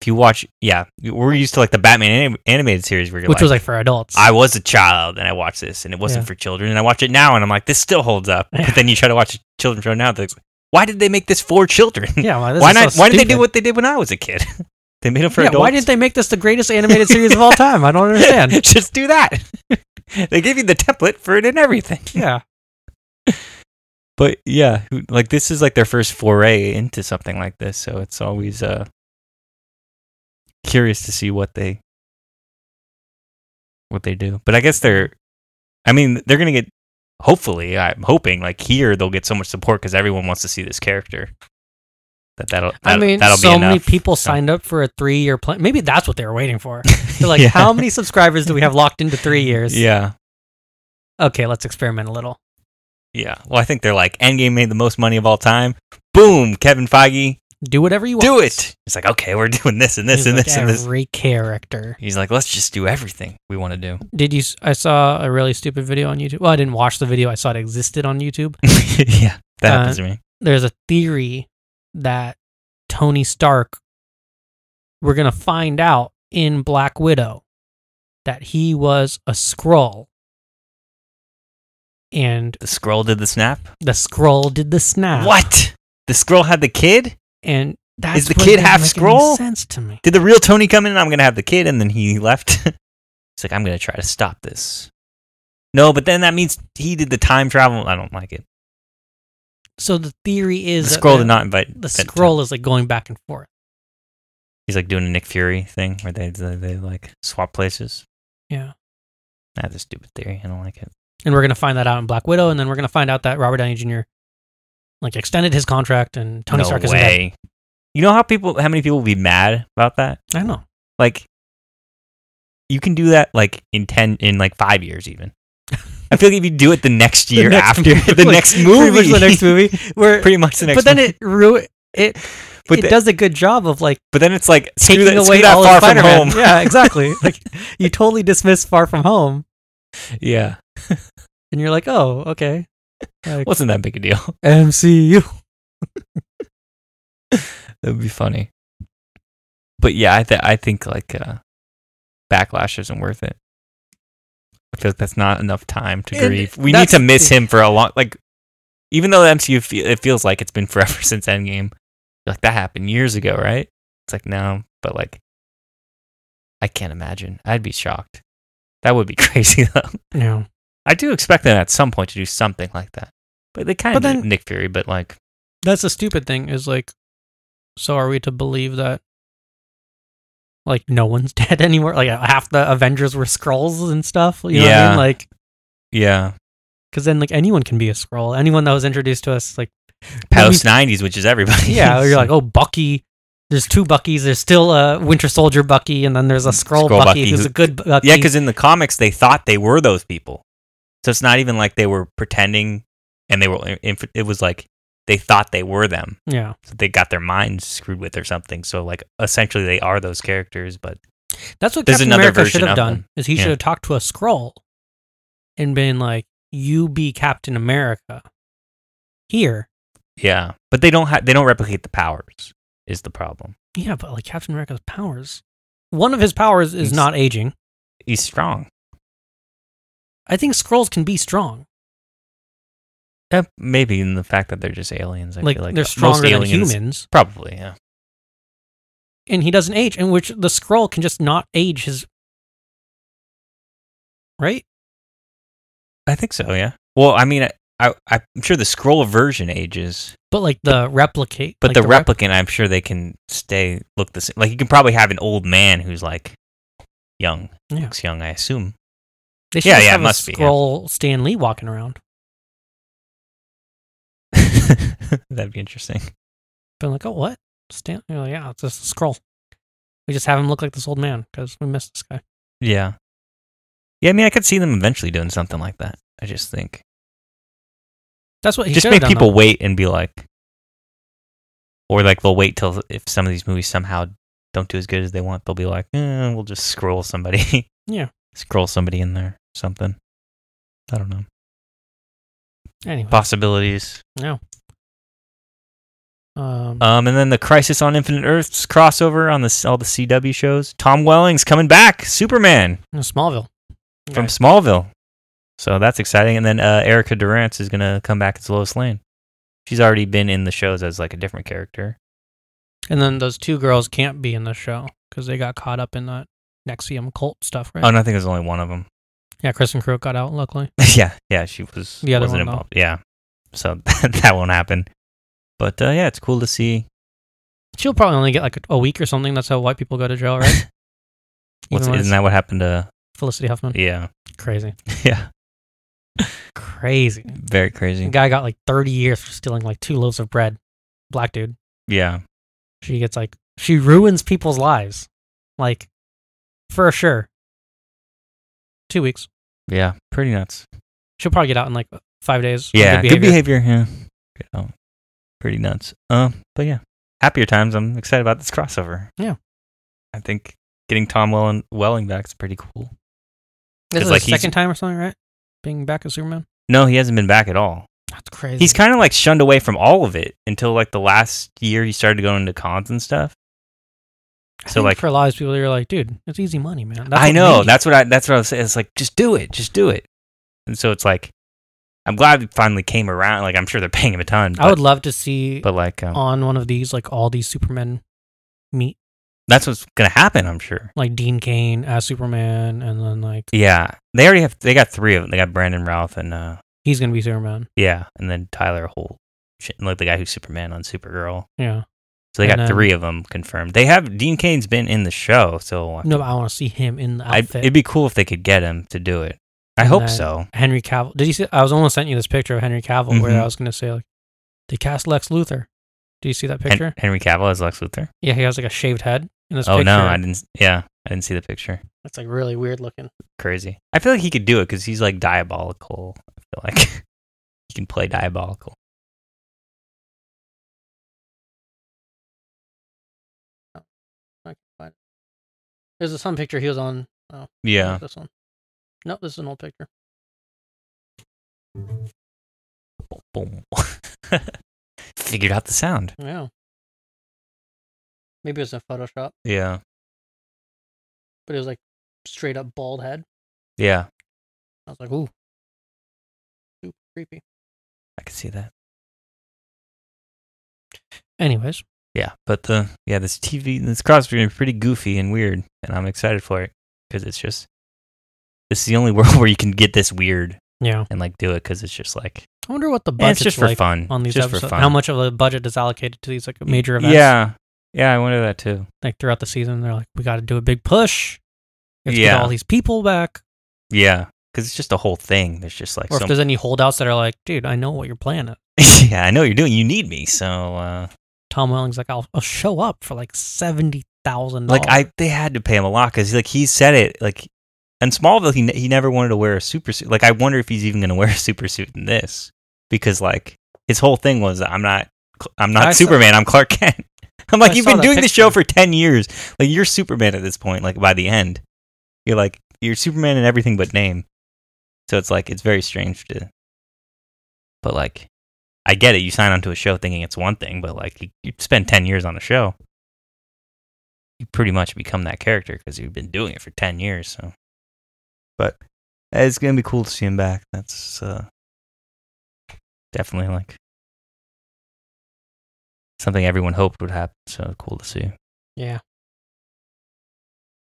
Speaker 3: if you watch, yeah, we're used to like the Batman anim- animated series where you're
Speaker 2: which
Speaker 3: like,
Speaker 2: was like for adults.
Speaker 3: I was a child and I watched this and it wasn't
Speaker 2: Yeah.
Speaker 3: for children and I watch it now and I'm like, this still holds up. But then you try to watch a children show now, they're like, why did they make this for children?
Speaker 2: yeah. I'm like, this
Speaker 3: why
Speaker 2: is so
Speaker 3: not? why did they do
Speaker 2: stupid.
Speaker 3: what they did when I was a kid? they made them for
Speaker 2: yeah,
Speaker 3: adults.
Speaker 2: why didn't they make this the greatest animated series of all time? I don't understand.
Speaker 3: Just do that. they give you the template for it and everything.
Speaker 2: yeah.
Speaker 3: But yeah, who- like this is like their first foray into something like this, so it's always uh curious to see what they what they do. But I guess they're I mean, they're going to get hopefully, I'm hoping like here they'll get so much support cuz everyone wants to see this character. That that'll,
Speaker 2: I
Speaker 3: that'll-
Speaker 2: mean,
Speaker 3: that'll
Speaker 2: so
Speaker 3: be
Speaker 2: many
Speaker 3: enough.
Speaker 2: people
Speaker 3: So-
Speaker 2: signed up for a three-year plan. Maybe that's what they were waiting for. They're like,
Speaker 3: Yeah.
Speaker 2: how many subscribers do we have locked into three years?
Speaker 3: Yeah.
Speaker 2: Okay, let's experiment a little.
Speaker 3: Yeah. Well, I think they're like Endgame made the most money of all time. Boom, Kevin Feige,
Speaker 2: Do whatever you want.
Speaker 3: do it. It's like, okay, we're doing this and this
Speaker 2: He's
Speaker 3: and
Speaker 2: like,
Speaker 3: this and this.
Speaker 2: Every character.
Speaker 3: He's like, let's just do everything we want to do.
Speaker 2: Did you? s- I saw a really stupid video on YouTube. Well, I didn't watch the video. I saw it existed on YouTube.
Speaker 3: yeah, that
Speaker 2: Uh,
Speaker 3: happens to me.
Speaker 2: There's a theory that Tony Stark. We're gonna find out in Black Widow that he was a Skrull, and
Speaker 3: The scroll did the snap.
Speaker 2: the Skrull did the snap.
Speaker 3: What? The scroll had the kid?
Speaker 2: And that's
Speaker 3: the
Speaker 2: what
Speaker 3: kid
Speaker 2: didn't
Speaker 3: half
Speaker 2: make any
Speaker 3: Skrull?
Speaker 2: Sense to me.
Speaker 3: Did the real Tony come in? and I'm gonna have the kid, and then he left. He's like, I'm gonna try to stop this. No, but then that means he did the time travel. I don't like it.
Speaker 2: So the theory
Speaker 3: The
Speaker 2: is that
Speaker 3: scroll did not invite.
Speaker 2: The
Speaker 3: invite-
Speaker 2: scroll is like going back and forth.
Speaker 3: He's like doing a Nick Fury thing where they they, they like swap places.
Speaker 2: Yeah.
Speaker 3: That's a stupid theory. I don't like it.
Speaker 2: and we're gonna find that out in Black Widow, and then we're gonna find out that Robert Downey Jr. like extended his contract, and Tony
Speaker 3: no
Speaker 2: Stark is dead.
Speaker 3: way. You know how people, how many people will be mad about that?
Speaker 2: I know.
Speaker 3: like you can do that like in 10 in like 5 years even i feel like if you do it the next year
Speaker 2: next
Speaker 3: after
Speaker 2: movie.
Speaker 3: the next
Speaker 2: Pretty
Speaker 3: movie
Speaker 2: much the next movie. Where,
Speaker 3: pretty much the next
Speaker 2: but then
Speaker 3: movie.
Speaker 2: it ru- it
Speaker 3: But
Speaker 2: it
Speaker 3: the-
Speaker 2: does a good job of like
Speaker 3: but then it's like screw
Speaker 2: taking
Speaker 3: that,
Speaker 2: away
Speaker 3: screw that
Speaker 2: all
Speaker 3: far
Speaker 2: of
Speaker 3: from
Speaker 2: Spider-Man.
Speaker 3: home
Speaker 2: Yeah, exactly. like you totally dismiss Far From Home,
Speaker 3: yeah
Speaker 2: and you're like, oh, okay. Like,
Speaker 3: wasn't that big a deal
Speaker 2: MCU?
Speaker 3: that would be funny but yeah i th- i think like uh backlash isn't worth it i feel like that's not enough time to
Speaker 2: And
Speaker 3: grieve we need
Speaker 2: that's
Speaker 3: to
Speaker 2: the
Speaker 3: miss
Speaker 2: thing.
Speaker 3: him for a long like Even though the MCU, fe- it feels like it's been forever since Endgame. Like that happened years ago, right? It's like no, but like, I can't imagine. I'd be shocked. That would be crazy though.
Speaker 2: No.
Speaker 3: I do expect them at some point to do something like that. But they kind
Speaker 2: But
Speaker 3: of did
Speaker 2: then-
Speaker 3: Nick Fury, but like,
Speaker 2: That's the stupid thing is like, so are we to believe that like no one's dead anywhere? Like half the Avengers were scrolls and stuff. You know what I
Speaker 3: Yeah.
Speaker 2: mean? Like,
Speaker 3: yeah,
Speaker 2: because then like anyone can be a scroll. Anyone that was introduced to us, like
Speaker 3: post '90s, which is everybody.
Speaker 2: yeah, you're like oh Bucky. There's two Buckies. There's still a Winter Soldier Bucky, and then there's a Skrull
Speaker 3: Skrull
Speaker 2: Bucky,
Speaker 3: Bucky
Speaker 2: who's
Speaker 3: who-
Speaker 2: a good Bucky.
Speaker 3: Yeah, because in the comics they thought they were those people, so it's not even like they were pretending, and they were. uh, It was like they thought they were them,
Speaker 2: yeah,
Speaker 3: so they got their minds screwed with or something. So like essentially they are those characters, but
Speaker 2: that's what
Speaker 3: There's
Speaker 2: Captain
Speaker 3: another
Speaker 2: America
Speaker 3: version
Speaker 2: should have
Speaker 3: of
Speaker 2: done.
Speaker 3: them.
Speaker 2: Is he
Speaker 3: Yeah.
Speaker 2: should have talked to a Skrull and been like, "You be Captain America here."
Speaker 3: yeah, but they don't have they don't replicate the powers is the problem.
Speaker 2: Yeah, but like Captain America's powers, one of his powers is
Speaker 3: He's-
Speaker 2: not aging.
Speaker 3: He's strong.
Speaker 2: I think scrolls can be strong.
Speaker 3: Eh, maybe in the fact that they're just aliens. I
Speaker 2: Like,
Speaker 3: feel like
Speaker 2: they're
Speaker 3: most
Speaker 2: stronger than
Speaker 3: aliens-
Speaker 2: humans,
Speaker 3: Probably, yeah.
Speaker 2: and he doesn't age. In which the scroll can just not age his. Right?
Speaker 3: I think so. Yeah. Well, I mean, I, I I'm sure the scroll version ages.
Speaker 2: But like the replicate,
Speaker 3: But
Speaker 2: like
Speaker 3: the,
Speaker 2: rep-
Speaker 3: replicant, I'm sure they can stay look the same. Like you can probably have an old man who's like young,
Speaker 2: Yeah.
Speaker 3: looks young, I assume.
Speaker 2: they should
Speaker 3: yeah,
Speaker 2: just
Speaker 3: yeah,
Speaker 2: have a
Speaker 3: it must be, yeah.
Speaker 2: scroll Stan Lee walking around.
Speaker 3: That'd be interesting.
Speaker 2: Been like, oh, what Stan? You're like, yeah, it's just a scroll. We just have him look like this old man because we miss this guy.
Speaker 3: Yeah, yeah. I mean, I could see them eventually doing something like that. I just think
Speaker 2: That's what he
Speaker 3: just
Speaker 2: should've
Speaker 3: make
Speaker 2: done,
Speaker 3: people
Speaker 2: though.
Speaker 3: wait and be like, or like they'll wait till if some of these movies somehow don't do as good as they want, they'll be like, eh, we'll just scroll somebody.
Speaker 2: Yeah.
Speaker 3: scroll somebody in there, something. I don't know
Speaker 2: Anyway,
Speaker 3: possibilities.
Speaker 2: um,
Speaker 3: Um, and then the Crisis on Infinite Earths crossover on the all the CW shows. Tom Welling's coming back, Superman
Speaker 2: Smallville
Speaker 3: from
Speaker 2: Nice.
Speaker 3: Smallville. So that's exciting. And then uh, Erica Durant is gonna come back as Lois Lane. She's already been in the shows as like a different character.
Speaker 2: And then those two girls can't be in the show because they got caught up in that Nexium cult stuff, right?
Speaker 3: Oh, no, I think there's only one of them.
Speaker 2: yeah, Kristen Crook got out, luckily.
Speaker 3: yeah, yeah, she was
Speaker 2: The other
Speaker 3: wasn't
Speaker 2: one, though.
Speaker 3: involved. Yeah, so that won't happen. But uh, yeah, it's cool to see.
Speaker 2: She'll probably only get like a, a week or something. That's how white people go to jail, right?
Speaker 3: What's,
Speaker 2: Even when
Speaker 3: isn't that what happened to?
Speaker 2: it's Felicity Huffman?
Speaker 3: Yeah,
Speaker 2: Crazy.
Speaker 3: yeah,
Speaker 2: Crazy.
Speaker 3: very crazy.
Speaker 2: guy got like 30 years for stealing like two loaves of bread. Black dude.
Speaker 3: Yeah,
Speaker 2: She gets like, she ruins people's lives. Like, for sure. Two weeks.
Speaker 3: yeah, pretty nuts.
Speaker 2: She'll probably get out in like five days. for
Speaker 3: Yeah,
Speaker 2: Good behavior.
Speaker 3: Yeah, Good out. pretty nuts. Um, but yeah, happier times. I'm excited about this crossover.
Speaker 2: Yeah.
Speaker 3: I think getting Tom Welling, Welling back is pretty cool.
Speaker 2: This
Speaker 3: 'Cause,
Speaker 2: is
Speaker 3: like,
Speaker 2: the
Speaker 3: he's-
Speaker 2: second time or something, right? Being back as Superman.
Speaker 3: No, he hasn't been back at all.
Speaker 2: That's crazy.
Speaker 3: He's kind of like shunned away from all of it until like the last year he started going to cons and stuff.
Speaker 2: I
Speaker 3: So,
Speaker 2: think
Speaker 3: like-
Speaker 2: for a lot of people, you're like, dude, it's easy money, man. That's
Speaker 3: I
Speaker 2: what
Speaker 3: know.
Speaker 2: made
Speaker 3: That's what I. That's what I was saying. It's like just do it. Just do it. And so it's like, I'm glad it finally came around. Like I'm sure they're paying him a ton.
Speaker 2: you.
Speaker 3: But,
Speaker 2: I would love to see
Speaker 3: But like, um,
Speaker 2: on one of these, like all these Supermen meet,
Speaker 3: that's what's gonna happen. I'm sure.
Speaker 2: like Dean Kane as Superman, and then like
Speaker 3: Yeah, they already have. They got three of them. They got Brandon Routh and uh,
Speaker 2: he's gonna be Superman.
Speaker 3: yeah, and then Tyler Holt, Sh- like the guy who's Superman on Supergirl.
Speaker 2: Yeah.
Speaker 3: So they
Speaker 2: And
Speaker 3: got
Speaker 2: then-
Speaker 3: three of them confirmed. They have Dean Kane's been in the show, so I-
Speaker 2: No, but I want to see him in the
Speaker 3: I'd-
Speaker 2: outfit.
Speaker 3: it'd be cool if they could get him to do it. I
Speaker 2: And
Speaker 3: hope
Speaker 2: then-
Speaker 3: so.
Speaker 2: Henry Cavill. Did you see? I was almost sent you this picture of Henry Cavill where
Speaker 3: Mhm.
Speaker 2: I was gonna say like they cast Lex Luthor. Do you see that
Speaker 3: Hen-
Speaker 2: picture?
Speaker 3: Henry Cavill as Lex Luthor.
Speaker 2: yeah, he has like a shaved head in this
Speaker 3: Oh
Speaker 2: picture.
Speaker 3: no, I didn't. Yeah, I didn't see the picture.
Speaker 2: It's like really weird looking.
Speaker 3: Crazy. I feel like he could do it because he's like diabolical. I feel like he can play diabolical.
Speaker 2: There's this one picture he was on. Oh,
Speaker 3: Yeah.
Speaker 2: This one. No, this is an old picture.
Speaker 3: Boom. Figured out the sound.
Speaker 2: Yeah. Maybe it was in Photoshop,
Speaker 3: Yeah.
Speaker 2: but it was like straight up bald head.
Speaker 3: Yeah.
Speaker 2: I was like, ooh. Super creepy.
Speaker 3: I can see that.
Speaker 2: Anyways,
Speaker 3: Yeah, but the yeah this TV this crossbreed is pretty goofy and weird, and I'm excited for it because it's just this is the only world where you can get this weird
Speaker 2: yeah.
Speaker 3: and like do it because it's just like
Speaker 2: I wonder what the
Speaker 3: and it's
Speaker 2: budget's
Speaker 3: just for
Speaker 2: like
Speaker 3: fun
Speaker 2: on these
Speaker 3: just
Speaker 2: episodes.
Speaker 3: for fun.
Speaker 2: How much of the budget is allocated to these like major events?
Speaker 3: Yeah, yeah, I wonder that too.
Speaker 2: Like throughout the season, they're like, we got to do a big push. We have to get
Speaker 3: Yeah.
Speaker 2: all these people back.
Speaker 3: Yeah, because it's just a whole thing. There's just like
Speaker 2: Or
Speaker 3: so
Speaker 2: if there's any holdouts that are like, dude, I know what your plan is.
Speaker 3: yeah, I know what you're doing. You need me, so uh,
Speaker 2: Tom Welling's like, I'll, I'll show up for like seventy thousand.
Speaker 3: like I they had to pay him a lot because like he said it like in Smallville he ne- he never wanted to wear a super suit. Like I wonder if he's even going to wear a super suit in this because like his whole thing was I'm not Cl- I'm not
Speaker 2: I saw-
Speaker 3: Superman. I'm Clark Kent. I'm like
Speaker 2: I
Speaker 3: you've
Speaker 2: saw
Speaker 3: been
Speaker 2: that
Speaker 3: doing this show
Speaker 2: picture.
Speaker 3: for ten years. Like you're Superman at this point. Like by the end, you're like you're Superman in everything but name. So it's like it's very strange to. But like, I get it. You sign onto a show thinking it's one thing, but like you, you spend ten years on a show, you pretty much become that character because you've been doing it for ten years. So, but eh, it's gonna be cool to see him back. That's uh, definitely like something everyone hoped would happen. So cool to see.
Speaker 2: yeah.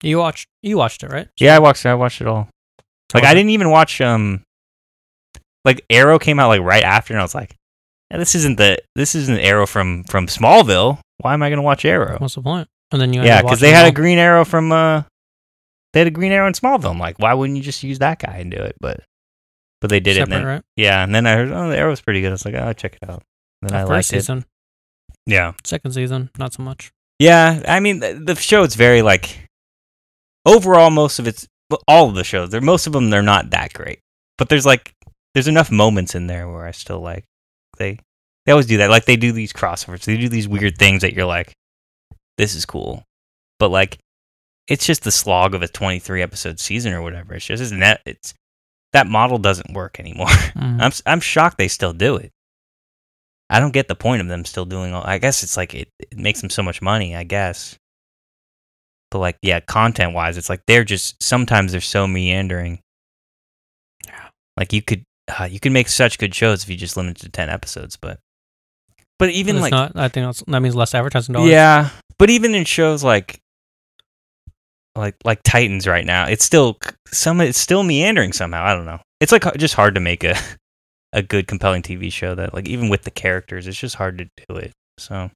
Speaker 2: You watched you watched it right?
Speaker 3: Yeah, I watched. I watched it all. Like I didn't even watch. Um, like Arrow came out like right after, and I was like, yeah, "This isn't the this isn't Arrow from from Smallville. Why am I gonna watch Arrow?"
Speaker 2: What's the point? And then you
Speaker 3: Yeah, because they had a Green Arrow from uh, they had a Green Arrow in Smallville. I'm like, why wouldn't you just use that guy and do it? But but they did it. And
Speaker 2: separate
Speaker 3: then,
Speaker 2: right?
Speaker 3: Yeah, and then I heard, oh, the Arrow's pretty good. I was like, oh, check it out. And then I
Speaker 2: First
Speaker 3: liked it.
Speaker 2: season,
Speaker 3: Yeah.
Speaker 2: second season, not so much.
Speaker 3: Yeah, I mean th- the show is very like overall most of it's well, all of the shows. They're most of them they're not that great, but there's like there's enough moments in there where I still like they they always do that. Like they do these crossovers, they do these weird things that you're like, this is cool, but like it's just the slog of a 23 episode season or whatever. It's just isn't that it's that model doesn't work anymore.
Speaker 2: Mm.
Speaker 3: I'm s- I'm shocked they still do it. I don't get the point of them still doing all. I guess it's like it, it makes them so much money. I guess, but like yeah, content wise, it's like they're just sometimes they're so meandering. Like you could uh, you could make such good shows if you just limit it to ten episodes, but but even
Speaker 2: It's
Speaker 3: like
Speaker 2: not, I think that's, that means less advertising dollars.
Speaker 3: yeah, but even in shows like like like Titans right now, it's still c- some it's still meandering somehow. I don't know. It's like h- just hard to make a a good compelling TV show that like even with the characters, it's just hard to do it. So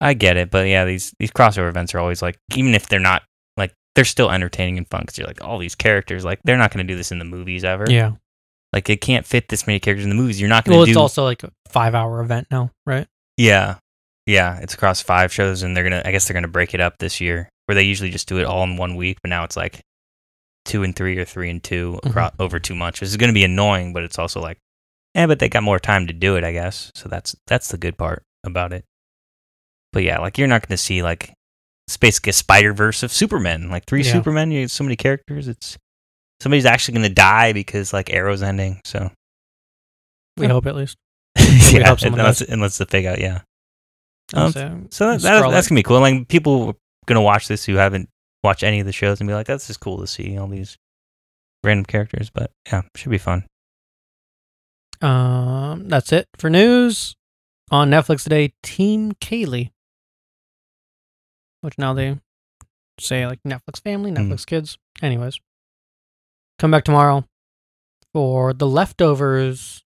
Speaker 3: I get it, but yeah, these these crossover events are always like even if they're not like they're still entertaining and fun because you're like all these characters like they're not going to do this in the movies ever.
Speaker 2: yeah.
Speaker 3: Like it can't fit this many characters in the movies. You're not going to
Speaker 2: Well,
Speaker 3: do
Speaker 2: it's also like a five-hour event now, right?
Speaker 3: yeah. Yeah. It's across five shows and they're gonna I guess they're gonna break it up this year. Where they usually just do it all in one week, but now it's like two and three or three and two acro- over two months. This is gonna be annoying, but it's also like eh, but they got more time to do it, I guess. So that's that's the good part about it. But yeah, like you're not gonna see like it's basically a Spider Verse of Superman. Like three
Speaker 2: Yeah.
Speaker 3: Supermen, you have so many characters, it's somebody's actually gonna die because like Arrow's ending, so
Speaker 2: We
Speaker 3: Yeah.
Speaker 2: hope at least.
Speaker 3: yeah,
Speaker 2: hope someone
Speaker 3: unless, unless the fake out, yeah. Um,
Speaker 2: So-
Speaker 3: So that, that,
Speaker 2: Scarlet.
Speaker 3: that's gonna be cool. Like people are gonna watch this who haven't watched any of the shows and be like, "That's just cool to see all these random characters." But yeah, should be fun.
Speaker 2: um, that's it for news on Netflix today. Team Kaylee, which now they say like Netflix Family,
Speaker 3: Mm.
Speaker 2: Netflix Kids. Anyways, come back tomorrow for the leftovers,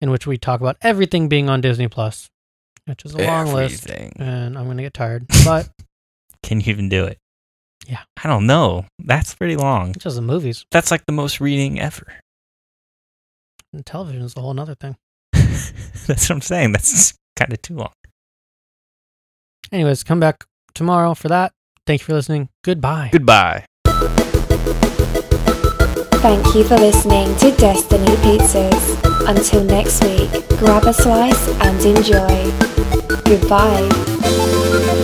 Speaker 2: in which we talk about everything being on Disney Plus, which is a long list, and I'm gonna get tired, but
Speaker 3: Can you even do it?
Speaker 2: Yeah.
Speaker 3: I don't know. That's pretty long.
Speaker 2: it's just the movies.
Speaker 3: That's like the most reading ever.
Speaker 2: And television is a whole other thing.
Speaker 3: That's what I'm saying. That's kind of too long.
Speaker 2: Anyways, come back tomorrow for that. Thank you for listening. Goodbye.
Speaker 3: Goodbye.
Speaker 1: Thank you for listening to Destiny Pizzas. Until next week, grab a slice and enjoy. Goodbye.